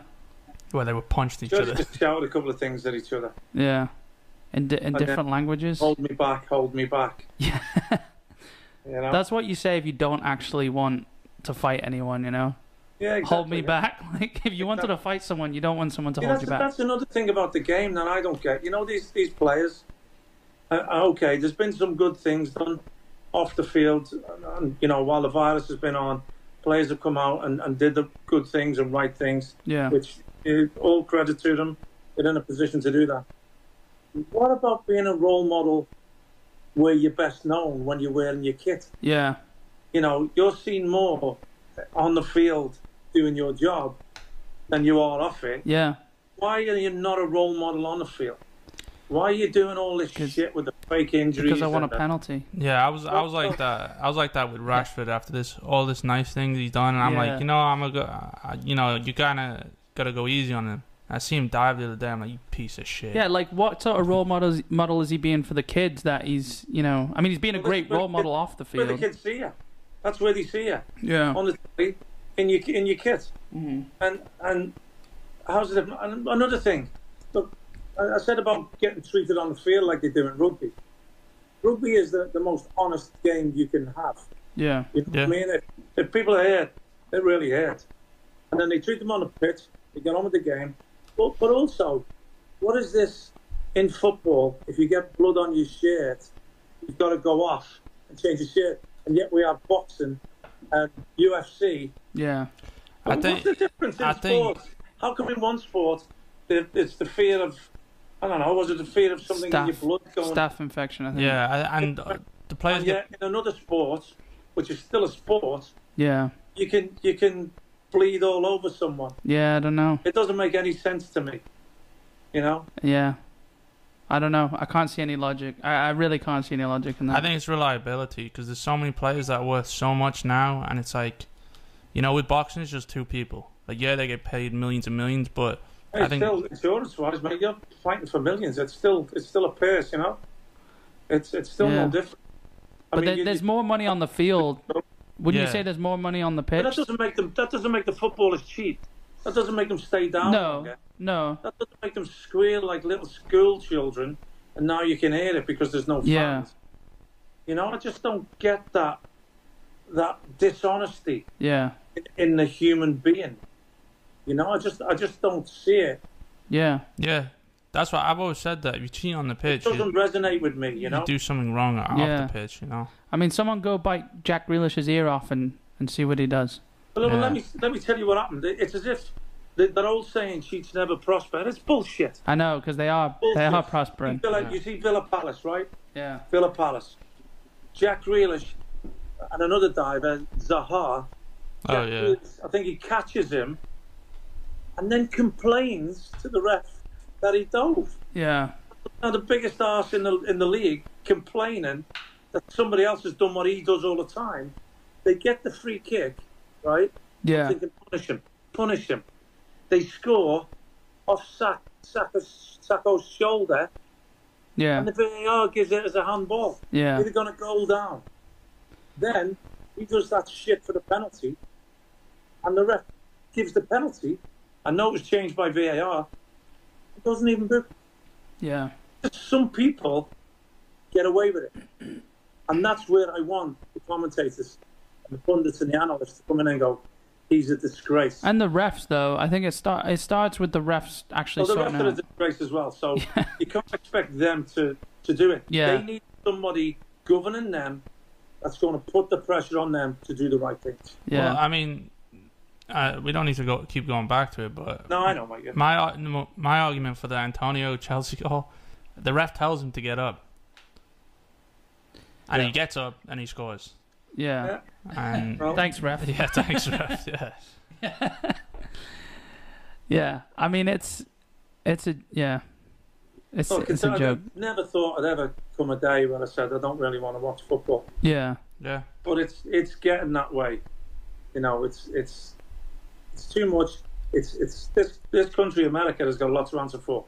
Speaker 3: Where they were punched each
Speaker 2: Judge
Speaker 3: other.
Speaker 2: just shouted a couple of things at each other.
Speaker 1: Yeah. In di- in
Speaker 2: Okay.
Speaker 1: different languages.
Speaker 2: Hold me back, hold me back.
Speaker 1: Yeah.
Speaker 2: You know?
Speaker 1: That's what you say if you don't actually want to fight anyone, you know?
Speaker 2: yeah, exactly.
Speaker 1: Hold me back. Like if you wanted to fight someone, you don't want someone to
Speaker 2: Yeah,
Speaker 1: hold
Speaker 2: that's,
Speaker 1: you back.
Speaker 2: that's another thing about the game that I don't get. You know, these these players. Uh, uh, okay, there's been some good things done off the field, and, and, you know, while the virus has been on, players have come out and, and did the good things and right things,
Speaker 1: Yeah.
Speaker 2: which is all credit to them. They're in a position to do that. What about being a role model where you're best known when you're wearing your kit?
Speaker 1: Yeah.
Speaker 2: you know, you're seen more on the field doing your job than you are off it.
Speaker 1: Yeah.
Speaker 2: Why are you not a role model on the field? Why are you doing all this
Speaker 1: 'Cause-
Speaker 2: shit with the fake injuries?
Speaker 1: Because I want a
Speaker 2: and the-
Speaker 1: penalty.
Speaker 3: Yeah, I was I was like that. I was like that with Rashford after this all this nice things he's done, and I'm
Speaker 1: Yeah.
Speaker 3: like, you know, I'm a go, I- you know, you gotta gotta go easy on him. I see him dive the other day. I'm like, you piece of shit.
Speaker 1: Yeah, like what sort of role model is, model is he being for the kids that he's, you know, I mean he's being a
Speaker 2: Well, that's
Speaker 1: great
Speaker 2: where
Speaker 1: role
Speaker 2: the
Speaker 1: model off the
Speaker 2: Where the
Speaker 1: field.
Speaker 2: kids see you. That's where they see you
Speaker 1: Yeah.
Speaker 2: on the telly, in your in your kit.
Speaker 1: Mhm.
Speaker 2: And and how's it? And another thing, look, I I said about getting treated on the field like they do in rugby. Rugby is the, the most honest game you can have.
Speaker 1: Yeah.
Speaker 2: You know
Speaker 3: Yeah.
Speaker 2: what I mean? If, if people are hurt, they're really hurt. And then they treat them on the pitch, they get on with the game. But, but also, what is this in football? If you get blood on your shirt, you've got to go off and change your shirt. And yet we have boxing and UFC.
Speaker 1: Yeah.
Speaker 3: I
Speaker 2: What's
Speaker 3: think
Speaker 2: the difference in
Speaker 3: I think-
Speaker 2: sports? How come in one sport there- it's the fear of, I don't know, was it the fear of something in your
Speaker 1: Staff,
Speaker 2: blood going
Speaker 1: staff infection, I think.
Speaker 3: yeah, I, and uh, the players
Speaker 2: And
Speaker 3: get
Speaker 2: yet in another sport, which is still a sport,
Speaker 1: Yeah.
Speaker 2: you can you can bleed all over someone.
Speaker 1: Yeah, I don't know.
Speaker 2: It doesn't make any sense to me. You know,
Speaker 1: Yeah. I don't know. I can't see any logic. I, I really can't see any logic in that.
Speaker 3: I think it's reliability because there's so many players that are worth so much now, and it's like, you know, with boxing, it's just two people. Like, yeah, they get paid millions and millions, but I
Speaker 2: it's
Speaker 3: think
Speaker 2: still insurance-wise, mate. You're fighting for millions. It's still it's still a purse. You know, it's it's still
Speaker 1: Yeah.
Speaker 2: no different. I
Speaker 1: but
Speaker 2: mean,
Speaker 1: there,
Speaker 2: you-
Speaker 1: there's more money on the field. Wouldn't you
Speaker 3: Yeah.
Speaker 1: say there's more money on the
Speaker 2: but
Speaker 1: pitch?
Speaker 2: that doesn't make them. That doesn't make the footballers cheat. That doesn't make them stay down.
Speaker 1: No,
Speaker 2: longer.
Speaker 1: no.
Speaker 2: That doesn't make them squeal like little school children. And now you can hear it because there's no fans.
Speaker 1: Yeah.
Speaker 2: You know, I just don't get that that dishonesty.
Speaker 1: Yeah,
Speaker 2: in the human being. You know, I just I just don't see it.
Speaker 1: yeah,
Speaker 3: yeah, that's why I've always said that. If you cheat on the
Speaker 2: It
Speaker 3: pitch,
Speaker 2: doesn't
Speaker 3: you,
Speaker 2: resonate with me. You
Speaker 3: you
Speaker 2: know,
Speaker 3: do something wrong off
Speaker 1: Yeah.
Speaker 3: the pitch, you know.
Speaker 1: I mean, someone go bite Jack Grealish's ear off and, and see what he does.
Speaker 2: well, well, let
Speaker 3: Yeah.
Speaker 2: me let me tell you what happened. It- It's as if the, that old saying "cheats never prosper." It's bullshit.
Speaker 1: I know, because they are they are
Speaker 2: Bullshit. You,
Speaker 1: prospering.
Speaker 2: Villa,
Speaker 3: Yeah.
Speaker 2: you see Villa Palace, right?
Speaker 1: Yeah,
Speaker 2: Villa Palace, Jack Grealish, and another diver Zaha.
Speaker 3: Oh
Speaker 2: Jack
Speaker 3: yeah.
Speaker 2: Grealish, I think he catches him, and then complains to the ref that he dove.
Speaker 1: yeah,
Speaker 2: Now the biggest arse in the in the league complaining that somebody else has done what he does all the time. They get the free kick, right?
Speaker 1: yeah,
Speaker 2: They can punish him, punish him. They score, off Sak- Saka's, Sacco's shoulder,
Speaker 1: Yeah.
Speaker 2: and the VAR gives it as a handball.
Speaker 1: Yeah.
Speaker 2: They'd have gone a goal down. Then he does that shit for the penalty, and the ref gives the penalty. I know it was changed by VAR. It doesn't even book.
Speaker 1: Yeah.
Speaker 2: Some people get away with it, and that's where I want the commentators, and the pundits, and the analysts to come in and go, "He's a disgrace."
Speaker 1: And the refs, though, I think it start it starts with the refs actually
Speaker 2: Well, Oh, the rest
Speaker 1: sorting
Speaker 2: are a
Speaker 1: out.
Speaker 2: disgrace as well, so you can't expect them to, to do it.
Speaker 1: Yeah.
Speaker 2: They need somebody governing them that's going to put the pressure on them to do the right thing.
Speaker 1: Yeah.
Speaker 3: Well, I mean, uh, we don't need to go keep going back to it, but
Speaker 2: No, I know, mate. yeah.
Speaker 3: my ar- no, my argument for the Antonio Chelsea goal, the ref tells him to get up, and he
Speaker 2: Yeah.
Speaker 3: gets up and he scores.
Speaker 1: yeah.
Speaker 3: And
Speaker 2: Well,
Speaker 1: Thanks, ref.
Speaker 3: yeah, thanks, ref. Yeah,
Speaker 1: Yeah. I mean, it's it's a yeah. It's
Speaker 2: look,
Speaker 1: it's a
Speaker 2: I
Speaker 1: joke.
Speaker 2: never thought I'd ever come a day where I said I don't really want to watch football,
Speaker 1: Yeah.
Speaker 3: yeah.
Speaker 2: but it's it's getting that way. You know, it's it's it's too much. It's it's this this country, America, has got a lot to answer for.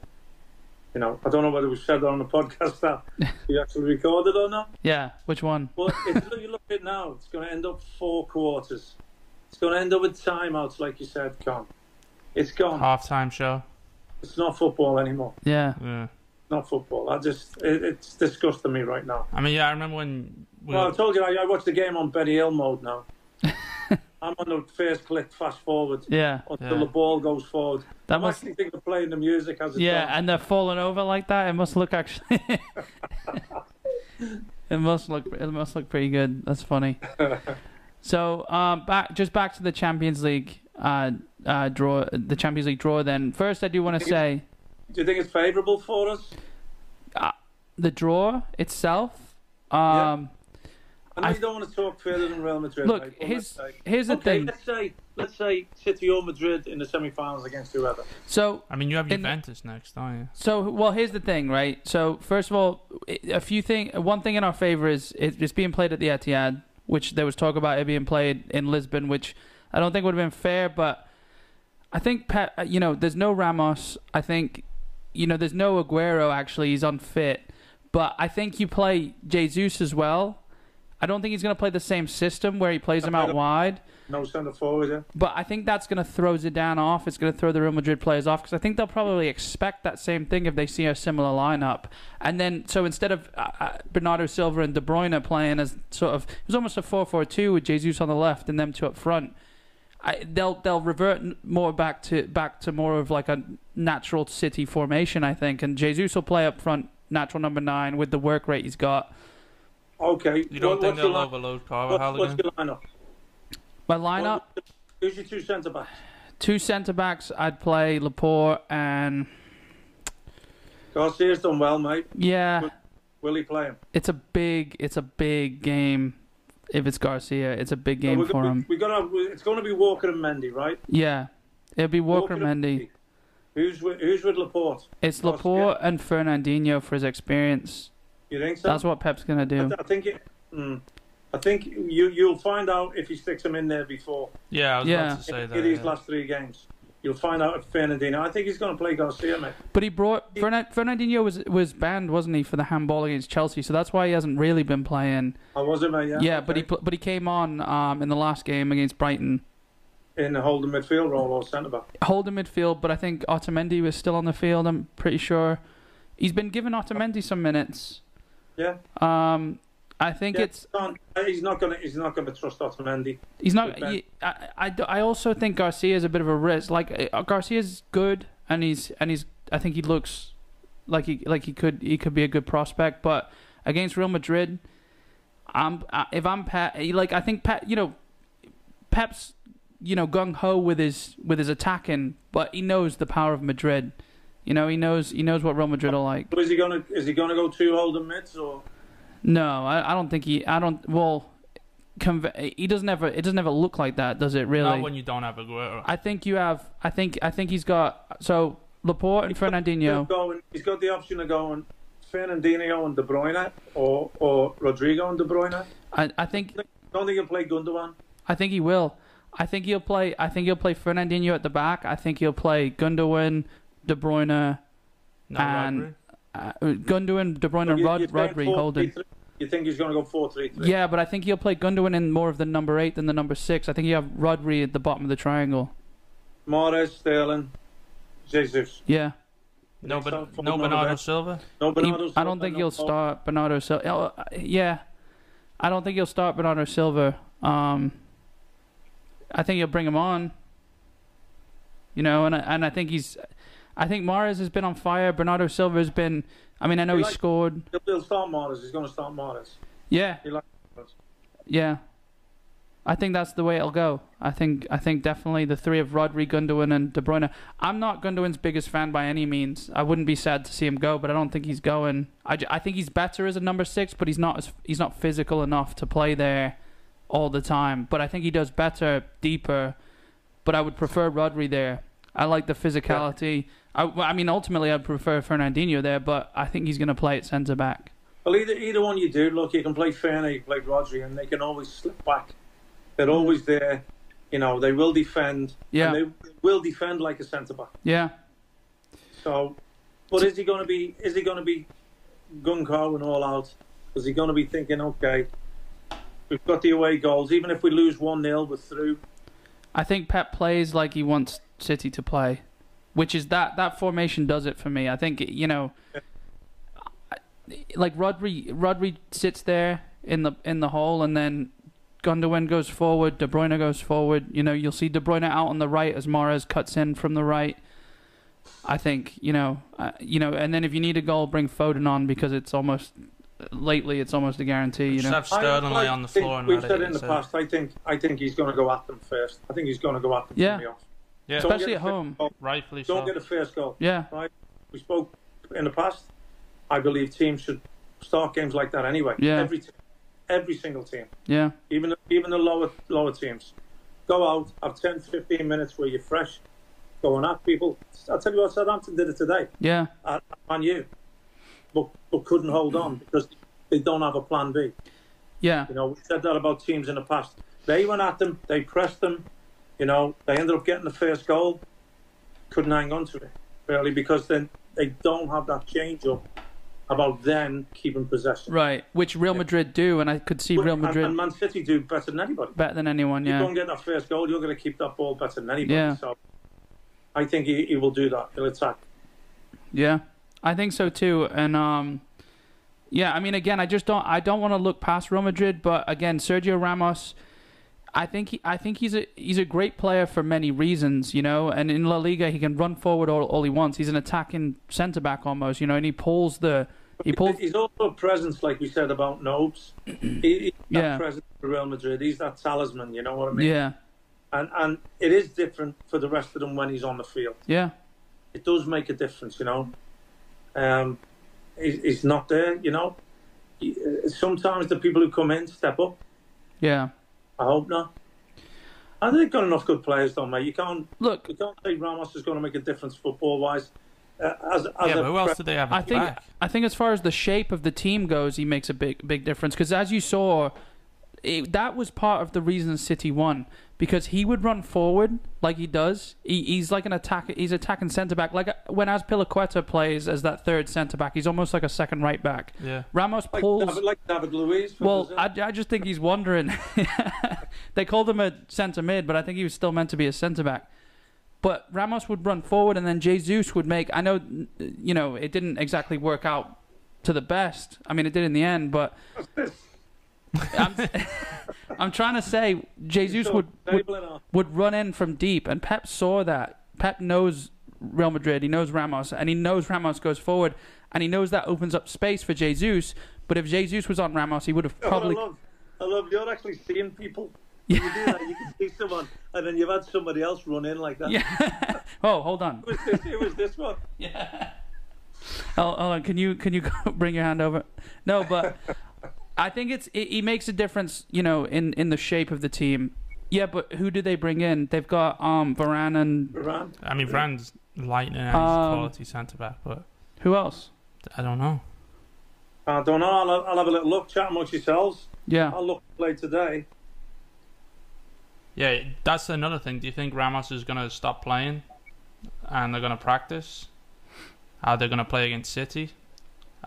Speaker 2: You know, I don't know whether we said that on the podcast that we actually recorded or not.
Speaker 1: Yeah. Which one?
Speaker 2: Well, if you look- you look at it now, it's going to end up four quarters. It's going to end up with timeouts, like you said, Con. It's gone.
Speaker 3: Halftime show.
Speaker 2: It's not football anymore.
Speaker 1: Yeah.
Speaker 3: Yeah.
Speaker 2: It's not football. I just, it, it's disgusting me right now.
Speaker 3: I mean, yeah, I remember when we
Speaker 2: Well, I told you, I, I watched the game on Betty Hill mode now. I'm on the first click, fast forward
Speaker 1: Yeah.
Speaker 2: until
Speaker 3: Yeah.
Speaker 2: the ball goes forward.
Speaker 1: That
Speaker 2: I'm
Speaker 1: must.
Speaker 2: actually thinking of playing the music as it's
Speaker 1: Yeah,
Speaker 2: on.
Speaker 1: and they're falling over like that. It must look actually. it must look. It must look pretty good. That's funny. so, um, back just back to the Champions League uh, uh, draw. The Champions League draw. Then first, I do want to say
Speaker 2: Do you think it's favourable for us?
Speaker 1: the draw itself. Um,
Speaker 2: I know
Speaker 1: I-
Speaker 2: you don't want to talk further than Real Madrid.
Speaker 1: Look,
Speaker 2: mate, but
Speaker 1: here's-
Speaker 2: let's say-
Speaker 1: here's the
Speaker 2: okay,
Speaker 1: thing.
Speaker 2: Let's say, let's say City or Madrid in the semi-finals against whoever.
Speaker 1: So
Speaker 3: I mean, you have
Speaker 1: in the-
Speaker 3: Juventus next, don't you?
Speaker 1: So, well, here's the thing, right? So, first of all, a few thing. One thing in our favor is it, it's being played at the Etihad, which there was talk about it being played in Lisbon, which I don't think would have been fair. But I think Pep, you know, there's no Ramos. I think, you know, there's no Aguero. Actually, he's unfit. But I think you play Jesus as well. I don't think he's going to play the same system where he plays him out wide.
Speaker 2: No centre forward. Yeah.
Speaker 1: But I think that's going to throw Zidane off. It's going to throw the Real Madrid players off because I think they'll probably expect that same thing if they see a similar lineup. And then, so instead of uh, uh, Bernardo Silva and De Bruyne playing as sort of, it was almost a 4 4 2 with Jesus on the left and them two up front. I, they'll they'll revert n- more back to back to more of like a natural city formation, I think, and Jesus will play up front, natural number nine with the work rate he's got.
Speaker 2: Okay.
Speaker 3: You don't
Speaker 2: what- what's
Speaker 3: think
Speaker 2: your
Speaker 3: they'll
Speaker 2: line-
Speaker 3: overload Carvajal
Speaker 2: What's, what's
Speaker 3: again?
Speaker 2: your lineup?
Speaker 1: My lineup:
Speaker 2: What- Who's your two centre backs?
Speaker 1: two centre backs. I'd play Laporte and
Speaker 2: Garcia's done well, mate.
Speaker 1: yeah.
Speaker 2: Will he play him?
Speaker 1: it's a big it's a big game if it's Garcia. It's a big game
Speaker 2: we're
Speaker 1: for
Speaker 2: gonna,
Speaker 1: him.
Speaker 2: We gotta, we- it's going to be Walker and Mendy, right?
Speaker 1: Yeah. It'll be Walker
Speaker 2: and
Speaker 1: Mendy.
Speaker 2: Who's with, who's with Laporte?
Speaker 1: It's
Speaker 2: Garcia.
Speaker 1: Laporte and Fernandinho for his experience.
Speaker 2: You think so?
Speaker 1: That's what Pep's gonna do.
Speaker 2: I, I think it. Mm, I think you you'll find out if he sticks him in there before
Speaker 3: Yeah, I was
Speaker 1: Yeah.
Speaker 3: about to say that.
Speaker 2: in these
Speaker 3: yeah.
Speaker 2: last three games. You'll find out if Fernandino. I think he's going to play Garcia, mate.
Speaker 1: But he brought Fernan- Fernandinho was was banned, wasn't he, for the handball against Chelsea? So that's why he hasn't really been playing.
Speaker 2: I was it, mate? Yeah.
Speaker 1: Yeah, but he
Speaker 2: okay.
Speaker 1: pl- but he came on um, in the last game against Brighton,
Speaker 2: in the holding midfield role or centre back.
Speaker 1: holding midfield. But I think Otamendi was still on the field. I'm pretty sure he's been giving Otamendi some minutes.
Speaker 2: Yeah.
Speaker 1: Um, I think
Speaker 2: Yeah.
Speaker 1: it's
Speaker 2: Can't- uh, He's not going to. He's not going to trust Otamendi.
Speaker 1: He's not.
Speaker 2: Good
Speaker 1: He, I, I, do- I also think Garcia is a bit of a risk. Like uh, Garcia's good, and he's and he's. I think he looks like he like he could he could be a good prospect, but against Real Madrid, I'm uh, if I'm Pep, like I think Pep, you know, Pep's you know gung ho with his with his attacking, but he knows the power of Madrid. You know, he knows he knows what Real Madrid are like.
Speaker 2: So is he going to? Is he going to go two holding mids or?
Speaker 1: No, I, I don't think he. I don't. Well, conve- he doesn't ever. It doesn't ever look like that, does it? Really?
Speaker 3: Not when you don't have Aguero.
Speaker 1: I think you have. I think. I think he's got. So Laporte and Fernandinho.
Speaker 2: Going, he's got the option of going Fernandinho and De Bruyne or, or Rodrigo and De Bruyne.
Speaker 1: I, I think.
Speaker 2: Don't think he'll play Gundogan.
Speaker 1: I think he will. I think he'll play. I think he'll play Fernandinho at the back. I think he'll play Gundogan, De Bruyne,
Speaker 3: No
Speaker 1: And-
Speaker 3: robbery.
Speaker 1: uh, Gundogan, De Bruyne,
Speaker 2: You-
Speaker 1: and
Speaker 2: you're
Speaker 1: Rod,
Speaker 2: saying
Speaker 1: Rodri,
Speaker 2: 4-3-3.
Speaker 1: Holden.
Speaker 2: You think he's going to go 4 3 3?
Speaker 1: Yeah, but I think he'll play Gundogan in more of the number eight than the number six. I think you have Rodri at the bottom of the triangle.
Speaker 2: Mares, Sterling, Jesus.
Speaker 1: Yeah,
Speaker 3: No,
Speaker 2: Next up,
Speaker 3: but
Speaker 2: for
Speaker 3: no
Speaker 2: Bernardo
Speaker 3: Bernardo
Speaker 2: Beck.
Speaker 3: Silva.
Speaker 2: No,
Speaker 1: He-
Speaker 2: Bernardo
Speaker 1: I
Speaker 2: Silva,
Speaker 1: don't think
Speaker 2: no
Speaker 1: he'll
Speaker 2: Paul.
Speaker 1: start Bernardo Silva. uh, Yeah, I don't think he'll start Bernardo Silva. Um, I think he'll bring him on. You know, and I, and I think he's, I think Mares has been on fire. Bernardo Silva has been. I mean, I know
Speaker 2: He
Speaker 1: he
Speaker 2: likes-
Speaker 1: scored.
Speaker 2: He'll, he'll start Mares. He's going to start Mares.
Speaker 1: Yeah.
Speaker 2: He likes-
Speaker 1: Yeah. I think that's the way it'll go. I think I think definitely the three of Rodri, Gundogan, and De Bruyne. I'm not Gundogan's biggest fan by any means. I wouldn't be sad to see him go, but I don't think he's going. I, ju- I think he's better as a number six, but he's not as, he's not physical enough to play there all the time. But I think he does better deeper. But I would prefer Rodri there. I like the physicality. I, well, I mean, ultimately, I'd prefer Fernandinho there, but I think he's going to play at centre back.
Speaker 2: Well, either, either one you do, look, you can play Ferner, you can play Rodri, and they can always slip back. They're always there. You know, they will defend.
Speaker 1: Yeah,
Speaker 2: And they will defend like a centre back.
Speaker 1: yeah.
Speaker 2: So, but is he going to be? Is he going to be gun ho and all out? Is he going to be thinking, okay, we've got the away goals. Even if we lose one 0 we're through.
Speaker 1: I think Pep plays like he wants City to play, which is that that formation does it for me. I think you know, I- like Rodri, Rodri sits there in the in the hole, and then Gundogan goes forward, De Bruyne goes forward. You know, you'll see De Bruyne out on the right as Mares cuts in from the right. I think you know, uh, you know, and then if you need a goal, bring Foden on because it's almost lately it's almost a guarantee. You
Speaker 3: Just
Speaker 1: know,
Speaker 3: have Sterling
Speaker 2: I- I
Speaker 3: lay on the
Speaker 2: think
Speaker 3: floor and
Speaker 2: we've
Speaker 3: let it
Speaker 2: said
Speaker 3: get
Speaker 2: in the
Speaker 3: set.
Speaker 2: past. I think I think he's going to go at them first. I think he's going to go at them.
Speaker 1: Yeah.
Speaker 2: From the off.
Speaker 3: Yeah,
Speaker 2: Don't
Speaker 1: especially at
Speaker 2: get a first
Speaker 1: home.
Speaker 2: goal.
Speaker 3: rightfully so.
Speaker 2: Don't get a first goal.
Speaker 1: Yeah,
Speaker 2: We spoke in the past. I believe teams should start games like that anyway.
Speaker 1: Yeah.
Speaker 2: Every team, every single team.
Speaker 1: yeah,
Speaker 2: even even the lower lower teams. Go out, have 10, 15 minutes where you're fresh, going at people. I'll tell you what, Southampton did it today,
Speaker 1: yeah.
Speaker 2: at, at Man U, but, but couldn't hold on because they don't have a plan B.
Speaker 1: Yeah,
Speaker 2: You know, we said that about teams in the past. They went at them, they pressed them, you know, they ended up getting the first goal, couldn't hang on to it, really, because then they don't have that change up about then keeping possession.
Speaker 1: right. Which Real Madrid do, and I could see Real
Speaker 2: And-
Speaker 1: Madrid
Speaker 2: and Man City do better than anybody.
Speaker 1: better than anyone.
Speaker 2: you
Speaker 1: Yeah,
Speaker 2: don't get that first goal, you're going to keep that ball better than anybody.
Speaker 1: Yeah.
Speaker 2: So I think he, he will do that. He'll attack.
Speaker 1: yeah, I think so too. And um, yeah, I mean, again, I just don't, I don't want to look past Real Madrid, but again, Sergio Ramos, I think he, I think he's a he's a great player for many reasons, you know. And in La Liga, he can run forward all, all he wants. He's an attacking centre back almost, you know, and he pulls the he pulls.
Speaker 2: He's also a presence, like we said about Nobes. he, he's that
Speaker 1: Yeah.
Speaker 2: presence for Real Madrid. He's that talisman, you know what I mean?
Speaker 1: Yeah,
Speaker 2: And, and it is different for the rest of them when he's on the field.
Speaker 1: yeah,
Speaker 2: It does make a difference, you know. Um, he, he's not there, you know. He- uh, Sometimes the people who come in step up.
Speaker 1: yeah.
Speaker 2: I hope not. I think they've got enough good players, though, mate. You can't
Speaker 1: Look,
Speaker 2: You can't say Ramos is going to make a difference football wise. Uh, as, as
Speaker 3: yeah,
Speaker 2: a
Speaker 3: but who else
Speaker 2: pre-
Speaker 3: do they have?
Speaker 1: I
Speaker 3: at the
Speaker 1: think
Speaker 3: back?
Speaker 1: I think as far as the shape of the team goes, he makes a big big difference because as you saw, it, that was part of the reason City won because he would run forward like he does. He, he's like an attack. He's attacking centre back. Like uh, when Azpilicueta plays as that third centre back, he's almost like a second right back.
Speaker 3: Yeah.
Speaker 1: Ramos
Speaker 2: like,
Speaker 1: pulls.
Speaker 2: David, like David Luiz. for
Speaker 1: Well,
Speaker 2: Brazil.
Speaker 1: I, I just think he's wandering. they called him a centre mid, but I think he was still meant to be a centre back. But Ramos would run forward, and then Jesus would make. I know, you know, it didn't exactly work out to the best. I mean, it did in the end, but I'm, I'm trying to say Jesus
Speaker 2: So,
Speaker 1: would, would
Speaker 2: table it up.
Speaker 1: would run in from deep, and Pep saw that. Pep knows Real Madrid, he knows Ramos, and he knows Ramos goes forward, and he knows that opens up space for Jesus. But if Jesus was on Ramos, he would have
Speaker 2: You know what
Speaker 1: probably.
Speaker 2: I love, I love you're actually seeing people. When you do that, you can see someone, and then you've had somebody else run in like that.
Speaker 1: Yeah. oh, hold on.
Speaker 2: It, was this, it was this one.
Speaker 1: Oh, hold on. Can you can you bring your hand over? No, but I think it's it, it makes a difference, you know, in in the shape of the team. Yeah, but who do they bring in? They've got um Varane and
Speaker 2: Varane.
Speaker 3: I mean, Rand's lightning and he's
Speaker 1: Um,
Speaker 3: quality centre back, but
Speaker 1: who else?
Speaker 3: I don't know.
Speaker 2: I don't know. Uh, I'll, I'll have a little look, chat amongst yourselves.
Speaker 1: Yeah.
Speaker 2: I'll look at play today.
Speaker 3: Yeah, that's another thing. Do you think Ramos is gonna stop playing, and they're gonna practice? how they're going to play against City.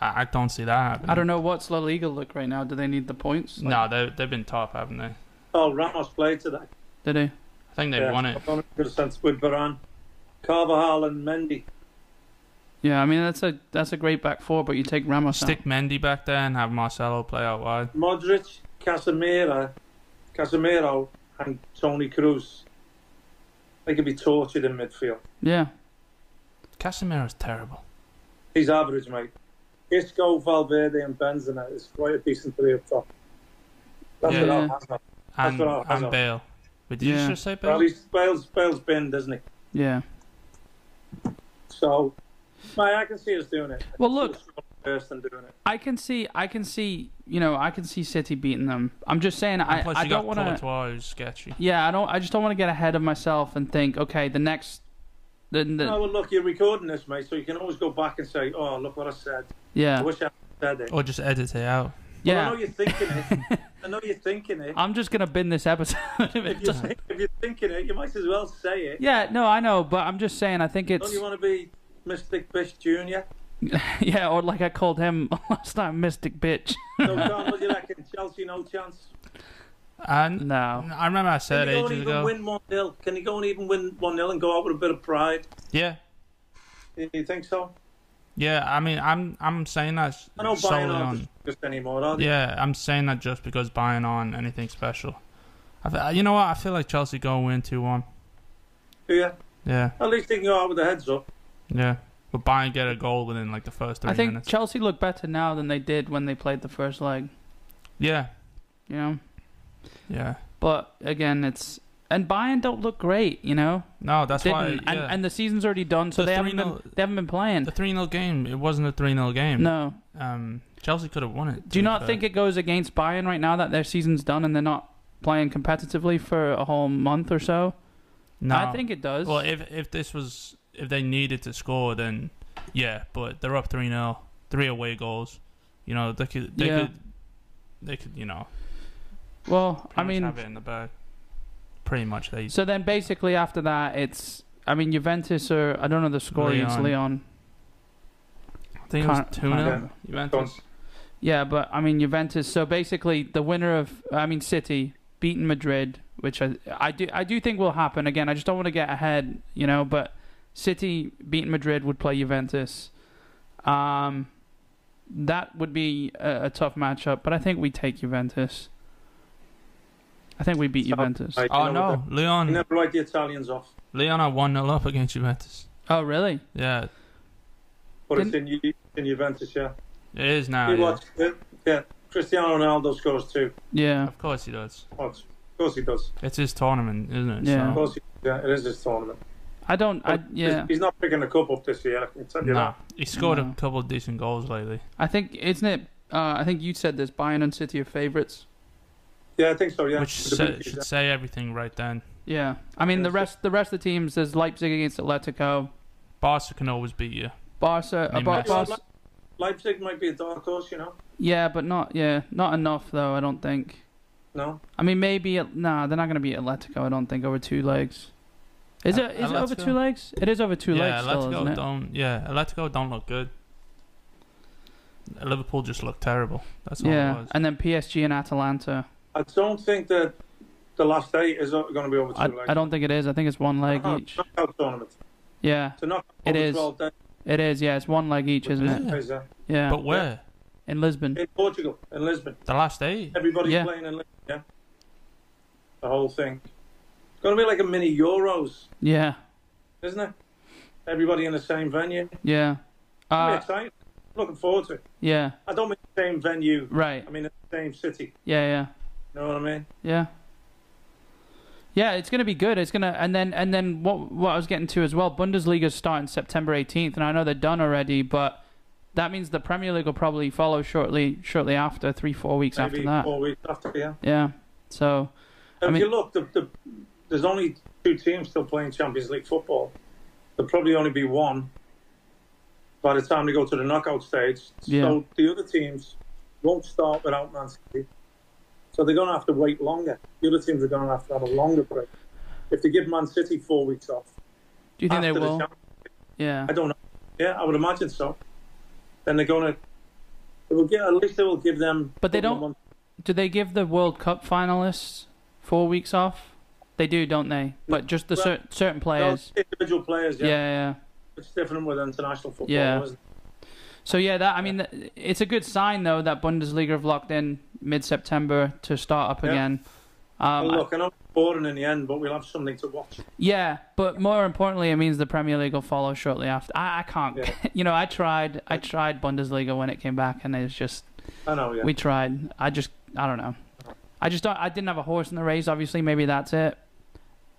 Speaker 3: I, I don't see that happening.
Speaker 1: I don't know what's La Liga look right now. Do they need the points? Like,
Speaker 3: No, they they've been top, haven't they? I
Speaker 2: Oh, Ramos played today.
Speaker 1: Do they?
Speaker 3: think they
Speaker 2: yeah.
Speaker 3: won it.
Speaker 2: Could have sent with Varane, Carvajal, and Mendy.
Speaker 1: Yeah, I mean that's a that's a great back four, but you take Ramos
Speaker 3: Stick
Speaker 1: out.
Speaker 3: Mendy back there and have Marcelo play out wide.
Speaker 2: Modric, Casemiro, Casemiro, and Tony Cruz. They could be tortured in midfield.
Speaker 1: Yeah,
Speaker 3: Casemiro's terrible.
Speaker 2: He's average, mate. Isco, Valverde, and Benzema is quite a decent three up top. That's
Speaker 3: Yeah.
Speaker 2: what I'll have now. That's
Speaker 3: And,
Speaker 2: what I- I know.
Speaker 3: and Bale. But did
Speaker 1: Yeah.
Speaker 3: you just say Bale?
Speaker 2: Well, he's Bale's, Bale's been, doesn't he?
Speaker 1: yeah.
Speaker 2: So, mate, I can see us doing it.
Speaker 1: Well, look,
Speaker 2: First than doing it.
Speaker 1: I can see, I can see, you know, I can see City beating them. I'm just saying,
Speaker 3: and
Speaker 1: I,
Speaker 3: plus,
Speaker 1: I
Speaker 3: you
Speaker 1: don't
Speaker 3: got
Speaker 1: want to.
Speaker 3: Courtois, who's sketchy.
Speaker 1: Yeah, I don't. I just don't want to get ahead of myself and think, okay, the next, the, the
Speaker 2: No, well, look, you're recording this, mate, so you can always go back and say, oh, look what I said. I
Speaker 1: yeah,
Speaker 2: wish I had said it.
Speaker 3: Or just edit it out.
Speaker 2: Well, I
Speaker 1: yeah.
Speaker 2: know you're thinking it. I know you're thinking it.
Speaker 1: I'm just gonna bin this episode. if it
Speaker 2: If you're,
Speaker 1: doesn't-
Speaker 2: think, if you're thinking it, you might as well say it.
Speaker 1: yeah, no, I know, but I'm just saying. I think
Speaker 2: Don't
Speaker 1: it's
Speaker 2: you want to be Mystic Bish Jr.?
Speaker 1: yeah, or like I called him last time, Mystic Bitch.
Speaker 2: So, Don, what do you reckon? Chelsea, no chance.
Speaker 3: And
Speaker 1: No,
Speaker 3: I remember I
Speaker 2: Can
Speaker 3: said
Speaker 2: you go and
Speaker 3: ages
Speaker 2: even
Speaker 3: ago.
Speaker 2: win 1 0? Can you go and even win 1 0 and go out with a bit of pride?
Speaker 3: Yeah,
Speaker 2: You you think so?
Speaker 3: yeah. I mean, I'm I'm saying that s-
Speaker 2: I know Bayern
Speaker 3: solely
Speaker 2: aren't
Speaker 3: on.
Speaker 2: just, just anymore, are they?
Speaker 3: Yeah, I'm saying that just because buying on anything special. I fe- you know what? I feel like Chelsea go and win two one.
Speaker 2: Do you?
Speaker 3: Yeah,
Speaker 2: At least they can go out with their heads up.
Speaker 3: yeah. But Bayern get a goal within like the first three
Speaker 1: I think
Speaker 3: minutes.
Speaker 1: Chelsea look better now than they did when they played the first leg.
Speaker 3: yeah,
Speaker 1: You know,
Speaker 3: yeah.
Speaker 1: but again, it's and Bayern don't look great. You know,
Speaker 3: No, that's
Speaker 1: Didn't,
Speaker 3: why.
Speaker 1: and,
Speaker 3: yeah.
Speaker 1: and the season's already done, so
Speaker 3: The
Speaker 1: they haven't
Speaker 3: 3-0
Speaker 1: been they haven't been playing.
Speaker 3: the three 0 game. It wasn't a three 0 game.
Speaker 1: No,
Speaker 3: Um, Chelsea could have won it.
Speaker 1: do you not think it goes against Bayern right now that their season's done and they're not playing competitively for a whole month or so?
Speaker 3: No.
Speaker 1: I think it does.
Speaker 3: Well, if if this was if they needed to score, then yeah. But they're up three 0 three away goals. You know they could they
Speaker 1: Yeah.
Speaker 3: could they could you know.
Speaker 1: Well, I
Speaker 3: pretty much
Speaker 1: mean,
Speaker 3: have it in the bag. Pretty much they.
Speaker 1: so then basically after that, it's I mean Juventus or I don't know the score against
Speaker 3: Leon.
Speaker 1: Leon.
Speaker 3: I think it was
Speaker 1: can't-
Speaker 3: two
Speaker 2: can't-
Speaker 3: 0 Juventus.
Speaker 1: Yeah, but I mean Juventus. So basically, the winner of I mean City beating Madrid, which I I do I do think will happen again. I just don't want to get ahead, you know. But City beating Madrid would play Juventus. Um, that would be a, a tough matchup, but I think we take Juventus. I think we beat
Speaker 2: So,
Speaker 1: Juventus.
Speaker 2: Like, you
Speaker 3: Oh
Speaker 2: know,
Speaker 3: no,
Speaker 2: You
Speaker 3: Leon!
Speaker 2: never write the Italians off.
Speaker 3: Leon are one 0 up against Juventus.
Speaker 1: Oh really?
Speaker 3: Yeah,
Speaker 2: But it's in,
Speaker 1: Didn't-
Speaker 2: Ju- in Juventus, yeah.
Speaker 3: it is now.
Speaker 1: Ah,
Speaker 2: you
Speaker 3: yeah.
Speaker 2: watch it. Yeah. Cristiano Ronaldo scores too.
Speaker 1: Yeah.
Speaker 3: Of course he does.
Speaker 2: Watch. Of course he does.
Speaker 1: Ah.
Speaker 3: It's his tournament, isn't it?
Speaker 1: Yeah.
Speaker 2: Of
Speaker 3: So,
Speaker 2: course he Yeah, it is his tournament.
Speaker 1: I don't. I
Speaker 2: But
Speaker 1: yeah.
Speaker 2: He's, he's not picking the cup up this year, I can tell you
Speaker 3: nah,
Speaker 2: that.
Speaker 3: he scored
Speaker 1: No.
Speaker 3: a couple of decent goals lately.
Speaker 1: I think isn't it? Uh, I think you said this. Bayern and City are favorites.
Speaker 2: Yeah, I think so, yeah.
Speaker 3: Which
Speaker 2: With the
Speaker 3: sa-
Speaker 2: big-
Speaker 1: uh,
Speaker 3: should say everything right then.
Speaker 1: Yeah. I mean the
Speaker 2: Yeah, so-
Speaker 1: rest. The rest of the teams. There's Leipzig against Atletico.
Speaker 3: Barca can always beat you.
Speaker 1: Barca. Uh,
Speaker 3: They
Speaker 1: Bar-
Speaker 3: match.
Speaker 1: Barca.
Speaker 2: Leipzig might be a dark horse, you know?
Speaker 1: Yeah, but not. Yeah, not enough though. I don't think.
Speaker 2: No?
Speaker 1: I mean, maybe. It, nah, they're not gonna be Atletico. I don't think over two legs. Is it? Is it over
Speaker 3: Atletico?
Speaker 1: two legs? It is over two
Speaker 3: yeah,
Speaker 1: legs still,
Speaker 3: Atletico
Speaker 1: isn't it?
Speaker 3: don't. Yeah, Atletico don't look good. Liverpool just looked terrible. That's all it
Speaker 1: Yeah,
Speaker 3: was.
Speaker 1: and then PSG and Atalanta.
Speaker 2: I don't think that the last eight is going to be over two
Speaker 1: I,
Speaker 2: legs. Uh-huh.
Speaker 1: I don't think it is. I think it's one leg
Speaker 2: No,
Speaker 1: each.
Speaker 2: knockout tournament.
Speaker 1: Yeah,
Speaker 2: It's a knockout
Speaker 1: It
Speaker 2: over
Speaker 1: is.
Speaker 2: 12 days.
Speaker 1: it is. Yeah, it's one leg each, isn't
Speaker 3: Is
Speaker 1: it?
Speaker 3: it?
Speaker 2: Is there?
Speaker 1: Yeah,
Speaker 3: But where?
Speaker 1: in Lisbon.
Speaker 2: In Portugal, in Lisbon.
Speaker 3: The last eight?
Speaker 2: Everybody's
Speaker 1: Yeah.
Speaker 2: playing in Lisbon, yeah? The whole thing. It's going to be like a mini Euros,
Speaker 1: Yeah,
Speaker 2: isn't it? Everybody in the same venue.
Speaker 1: yeah.
Speaker 2: It's gonna be
Speaker 1: Uh,
Speaker 2: exciting. Looking forward to it.
Speaker 1: yeah.
Speaker 2: I don't mean the same venue.
Speaker 1: Right.
Speaker 2: I mean the same city.
Speaker 1: Yeah, yeah.
Speaker 2: You know what I mean?
Speaker 1: Yeah. Yeah, it's gonna be good. It's gonna and then and then what what I was getting to as well, Bundesliga's starting September eighteenth, and I know they're done already, but that means the Premier League will probably follow shortly shortly after, three, four weeks
Speaker 2: Maybe
Speaker 1: after that.
Speaker 2: four weeks after, yeah.
Speaker 1: Yeah. So I
Speaker 2: if
Speaker 1: mean-
Speaker 2: you look, the, the, there's only two teams still playing Champions League football. There'll probably only be one by the time they go to the knockout stage.
Speaker 1: Yeah.
Speaker 2: So the other teams won't start without Man City. So they're going to have to wait longer. The other teams are going to have to have a longer break. If they give Man City four weeks off,
Speaker 1: do you think they
Speaker 2: after the
Speaker 1: will?
Speaker 2: Champions-
Speaker 1: Yeah.
Speaker 2: I don't know. Yeah, I would imagine so. Then they're going to. It will get, at least they will give them.
Speaker 1: But they
Speaker 2: a couple of
Speaker 1: don't-
Speaker 2: months.
Speaker 1: Do they give the World Cup finalists four weeks off? They do, don't they? But just the cer- certain players.
Speaker 2: No, individual players.
Speaker 1: Yeah,
Speaker 2: Yeah.
Speaker 1: yeah, yeah.
Speaker 2: It's different with international football.
Speaker 1: Yeah.
Speaker 2: isn't
Speaker 1: So yeah, that I mean, th- it's a good sign though that Bundesliga have locked in mid-September to start up
Speaker 2: Yeah.
Speaker 1: again.
Speaker 2: it?
Speaker 1: Um,
Speaker 2: Well, look, I know it's boring in the end, but we'll have something to watch.
Speaker 1: Yeah, but more importantly, it means the Premier League will follow shortly after. I, I can't,
Speaker 2: Yeah.
Speaker 1: you know, I tried, I tried Bundesliga when it came back, and it's just
Speaker 2: I know. Yeah.
Speaker 1: we tried. I just, I don't know. I just don't. I didn't have a horse in the race. Obviously, maybe that's it.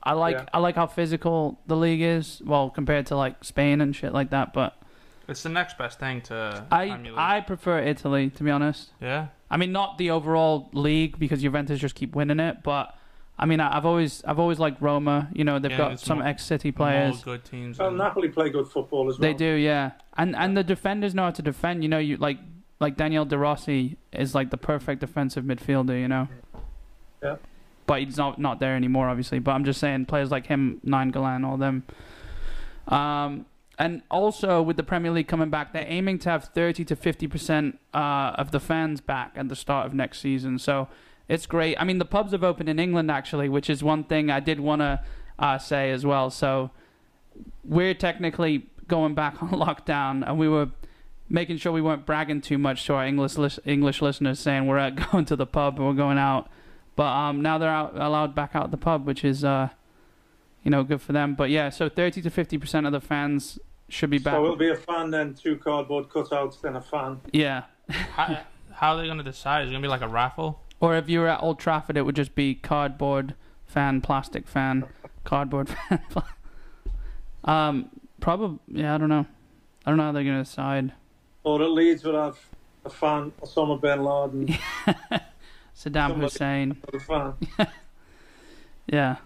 Speaker 1: I like,
Speaker 2: Yeah.
Speaker 1: I like how physical the league is. Well, compared to like Spain and shit like that, but
Speaker 3: It's the next best thing to.
Speaker 1: I,
Speaker 3: Premier League.
Speaker 1: I prefer Italy to be honest.
Speaker 3: yeah.
Speaker 1: I mean, not the overall league because Juventus just keep winning it, but I mean, I- I've always I've always liked Roma. You know, they've
Speaker 3: Yeah,
Speaker 1: got
Speaker 3: it's
Speaker 1: some
Speaker 3: more-
Speaker 1: ex-City
Speaker 3: More
Speaker 1: players.
Speaker 3: good teams.
Speaker 2: Well,
Speaker 3: and-
Speaker 2: Napoli play good football as well.
Speaker 1: They do, yeah. And and the defenders know how to defend. You know, you like like Daniel De Rossi is like the perfect defensive midfielder. You know.
Speaker 2: Yeah.
Speaker 1: But he's not not there anymore, obviously. But I'm just saying, players like him, Nine Galan, all them. Um, and also with the Premier League coming back, they're aiming to have 30 to 50 percent uh, of the fans back at the start of next season. So it's great. I mean, the pubs have opened in England actually, which is one thing I did want to uh, say as well. So we're technically going back on lockdown, and we were making sure we weren't bragging too much to our English lis- English listeners, saying we're out going to the pub and we're going out. But um, now they're out, allowed back out the pub, which is uh, you know good for them. But yeah, so 30 to 50 percent of the fans should be back.
Speaker 2: So it'll be a fan then, two cardboard cutouts, then a fan.
Speaker 1: yeah.
Speaker 3: How, how are they gonna decide? Is it gonna be like a raffle?
Speaker 1: Or if you were at Old Trafford, it would just be cardboard fan, plastic fan, cardboard fan. pla- um, probably. Yeah, I don't know. I don't know how they're gonna decide.
Speaker 2: Or at Leeds will have a fan, Osama bin Laden,
Speaker 1: Saddam
Speaker 2: Somebody-
Speaker 1: Hussein.
Speaker 2: a fan.
Speaker 1: Yeah,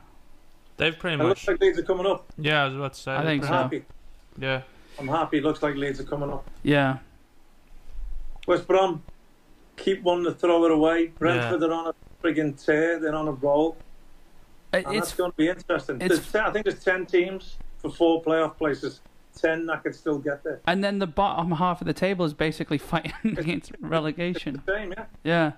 Speaker 3: They've pretty
Speaker 2: It looks
Speaker 3: much.
Speaker 2: like Leeds are coming up.
Speaker 3: Yeah, I was about to say.
Speaker 1: I
Speaker 3: they've
Speaker 1: think
Speaker 2: I'm
Speaker 3: pretty-
Speaker 1: so.
Speaker 2: happy.
Speaker 3: Yeah.
Speaker 2: I'm happy. It looks like Leeds are coming up.
Speaker 1: yeah,
Speaker 2: West Brom keep wanting to throw it away. Brentford are on a friggin' tear. They're on a roll.
Speaker 1: It-
Speaker 2: And that's
Speaker 1: it's
Speaker 2: going to be interesting.
Speaker 1: it's-
Speaker 2: There's ten- I think there's 10 teams for four playoff places. 10 that could still get there.
Speaker 1: and then the bottom half of the table is basically fighting against relegation.
Speaker 2: Same, yeah.
Speaker 1: Yeah,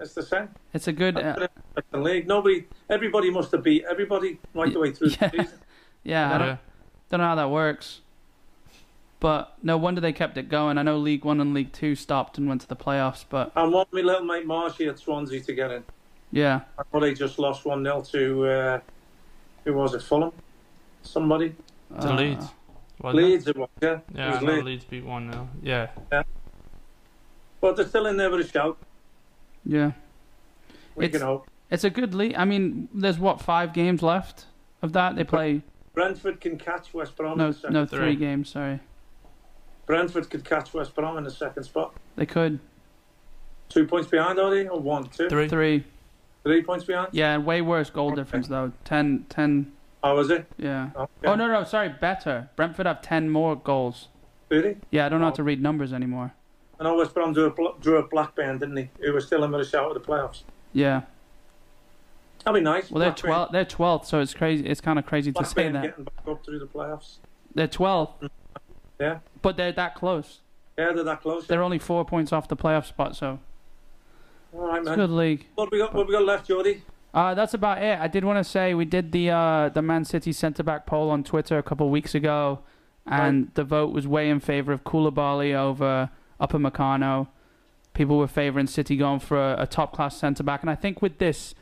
Speaker 2: It's the same.
Speaker 1: it's a good.
Speaker 2: That's
Speaker 1: Uh,
Speaker 2: an interesting league. Nobody, everybody must have beat everybody right the way through
Speaker 1: Yeah.
Speaker 2: the season.
Speaker 1: yeah, I don't,
Speaker 3: yeah.
Speaker 1: don't know how that works. But no wonder they kept it going. I know League One and League Two stopped and went to the playoffs, but
Speaker 2: I want my little mate Marshy at Swansea to get in.
Speaker 1: yeah,
Speaker 2: I know they just lost 1 0 to, uh, who was it, Fulham? Somebody?
Speaker 1: Uh,
Speaker 3: To Leeds. Wasn't it?
Speaker 2: Leeds, it was, yeah.
Speaker 3: Yeah,
Speaker 2: it
Speaker 3: I
Speaker 2: was
Speaker 3: know
Speaker 2: Leeds.
Speaker 3: Leeds beat one now. Yeah.
Speaker 2: But they're still in there with a shout.
Speaker 1: Yeah.
Speaker 2: We
Speaker 1: It's-
Speaker 2: can hope.
Speaker 1: It's a good league. I mean, there's what five games left of that. They play
Speaker 2: Brentford can catch West Brom. in
Speaker 1: no,
Speaker 2: the second.
Speaker 1: no three,
Speaker 3: Three.
Speaker 1: games. Sorry,
Speaker 2: Brentford could catch West Brom in the second spot.
Speaker 1: they could
Speaker 2: Two points behind, are they? Or one, two, three
Speaker 3: Three.
Speaker 1: three.
Speaker 2: points behind?
Speaker 1: Yeah, and way worse goal difference though. Ten, ten.
Speaker 2: How was it?
Speaker 1: Yeah.
Speaker 2: Okay.
Speaker 1: Oh no, no, sorry, better. Brentford have ten more goals.
Speaker 2: Really?
Speaker 1: Yeah, I don't know how to read numbers anymore.
Speaker 2: I know West Brom drew a, bl- drew a Blackburn, didn't he? Who was still in with a shout at the playoffs.
Speaker 1: Yeah.
Speaker 2: That'd be nice.
Speaker 1: Well, they're
Speaker 2: Blackburn-
Speaker 1: twelfth. They're twelfth, so it's crazy. It's kind of crazy to say
Speaker 2: Blackburn
Speaker 1: that
Speaker 2: getting back up through the playoffs.
Speaker 1: they're twelfth.
Speaker 2: Yeah.
Speaker 1: But they're that close.
Speaker 2: Yeah, they're that close.
Speaker 1: They're only four points off the playoff spot, so
Speaker 2: All right,
Speaker 1: it's a
Speaker 2: man.
Speaker 1: good league.
Speaker 2: What we got? What we got left, Jordy?
Speaker 1: Uh, that's about it. I did want to say we did the uh, the Man City centre back poll on Twitter a couple weeks ago, and the vote was way in favour of Koulibaly over Upper Meccano. People were favouring City going for a, a top class centre back, and I think with this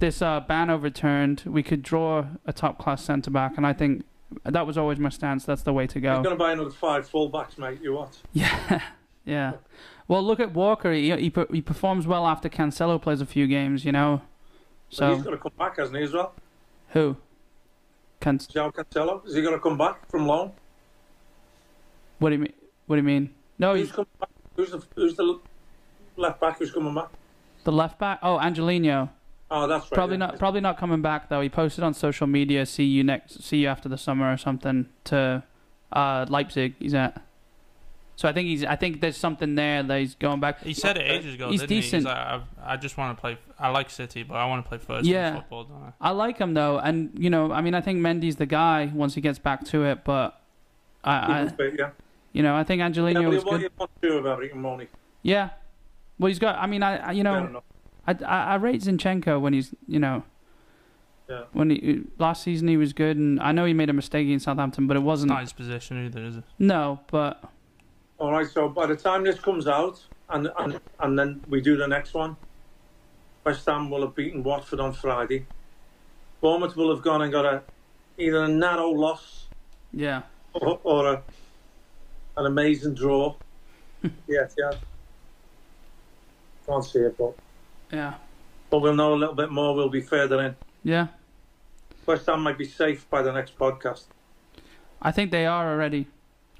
Speaker 1: this uh, ban overturned, we could draw a top class centre back, and I think that was always my stance. That's the way to
Speaker 2: You're
Speaker 1: go.
Speaker 2: going to buy another five fullbacks, mate. You what?
Speaker 1: Yeah, yeah. Well, look at Walker. He he, per- he performs well after Cancelo plays a few games. You know,
Speaker 2: So he's
Speaker 1: so
Speaker 2: going to come back, hasn't he? As well,
Speaker 1: who? Can
Speaker 2: João Cancelo. Is he going to come back from loan?
Speaker 1: What do you mean? What do you mean? No,
Speaker 2: Who's
Speaker 1: he's
Speaker 2: coming back? Who's the who's the left back? Who's coming back?
Speaker 1: the left back. Oh, Angelino.
Speaker 2: Oh, that's right.
Speaker 1: Probably
Speaker 2: yeah.
Speaker 1: not. Probably not coming back though. He posted on social media, "See you next. See you after the summer or something." To uh, Leipzig, he's at. So I think he's. I think there's something there that he's going back.
Speaker 3: He said it ages ago,
Speaker 1: He's
Speaker 3: didn't he?
Speaker 1: decent.
Speaker 3: He's like, I, I just want to play. I like City, but I want to play first
Speaker 1: Yeah.
Speaker 3: in football. Don't I?
Speaker 1: I like him though, and you know, I mean, I think Mendy's the guy once he gets back to it. But I,
Speaker 2: He
Speaker 1: I
Speaker 2: was fit, yeah.
Speaker 1: You know, I think
Speaker 2: Yeah,
Speaker 1: Angelino
Speaker 2: but he
Speaker 1: was
Speaker 2: won't,
Speaker 1: good.
Speaker 2: he won't do about it, won't he?
Speaker 1: Yeah. Well, he's got. I mean, I, I you
Speaker 2: Fair
Speaker 1: know,
Speaker 2: enough.
Speaker 1: I, I I rate Zinchenko when he's you know.
Speaker 2: Yeah.
Speaker 1: When he last season he was good, and I know he made a mistake in Southampton, but it
Speaker 3: It's
Speaker 1: wasn't.
Speaker 3: not his position either, is it?
Speaker 1: No, but
Speaker 2: All right. So by the time this comes out, and and, and then we do the next one, West Ham will have beaten Watford on Friday. Bournemouth will have gone and got a either a narrow loss
Speaker 1: yeah,
Speaker 2: or, or a, an amazing draw. yeah, yeah. Can't see it, but
Speaker 1: yeah,
Speaker 2: but we'll know a little bit more. We'll be further in.
Speaker 1: yeah.
Speaker 2: West Ham might be safe by the next podcast.
Speaker 1: I think they are already.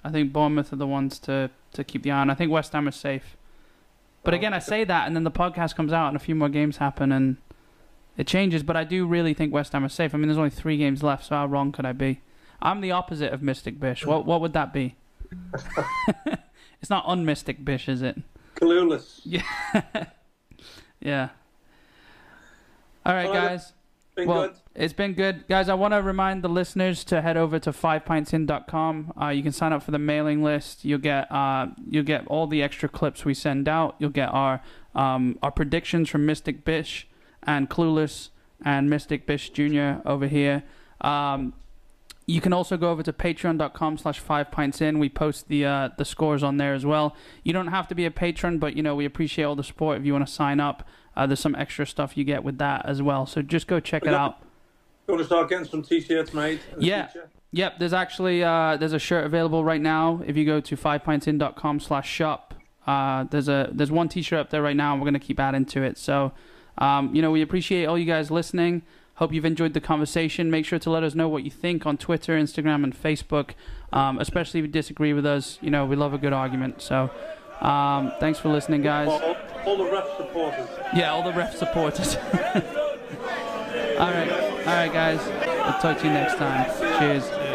Speaker 1: I think Bournemouth are the ones to, to keep the eye on. I think West Ham is safe. But again, I say that, and then the podcast comes out, and a few more games happen, and it changes. But I do really think West Ham is safe. I mean, there's only three games left, so how wrong could I be? I'm the opposite of Mystic Bish. What what would that be? it's not unmystic Bish, is it?
Speaker 2: Clueless.
Speaker 1: Yeah. All right,
Speaker 2: All right,
Speaker 1: guys.
Speaker 2: Been
Speaker 1: well,
Speaker 2: good.
Speaker 1: It's been good. Guys, I want to remind the listeners to head over to fivepintsin.com. Uh, you can sign up for the mailing list. You'll get uh, you'll get all the extra clips we send out. You'll get our um, our predictions from Mystic Bish and Clueless and Mystic Bish Jr. over here. Um, you can also go over to patreon.com slash five pints in. We post the uh, the scores on there as well. You don't have to be a patron, but you know, we appreciate all the support if you want to sign up. Uh, there's some extra stuff you get with that as well. So just go check it
Speaker 2: Yeah.
Speaker 1: out.
Speaker 2: Going to start getting some t-shirts made. In the
Speaker 1: Yeah.
Speaker 2: Future.
Speaker 1: Yep, there's actually uh, there's a shirt available right now. If you go to fivepintsin.com slash shop, uh, there's a there's one t-shirt up there right now, and we're gonna keep adding to it. So, um, you know, we appreciate all you guys listening. Hope you've enjoyed the conversation. Make sure to let us know what you think on Twitter, Instagram, and Facebook. Um, especially if you disagree with us, you know we love a good argument. So, um, thanks for listening, guys.
Speaker 2: All, all the ref supporters.
Speaker 1: Yeah, all the ref supporters. all right, all right, guys. I'll talk to you next time. Cheers.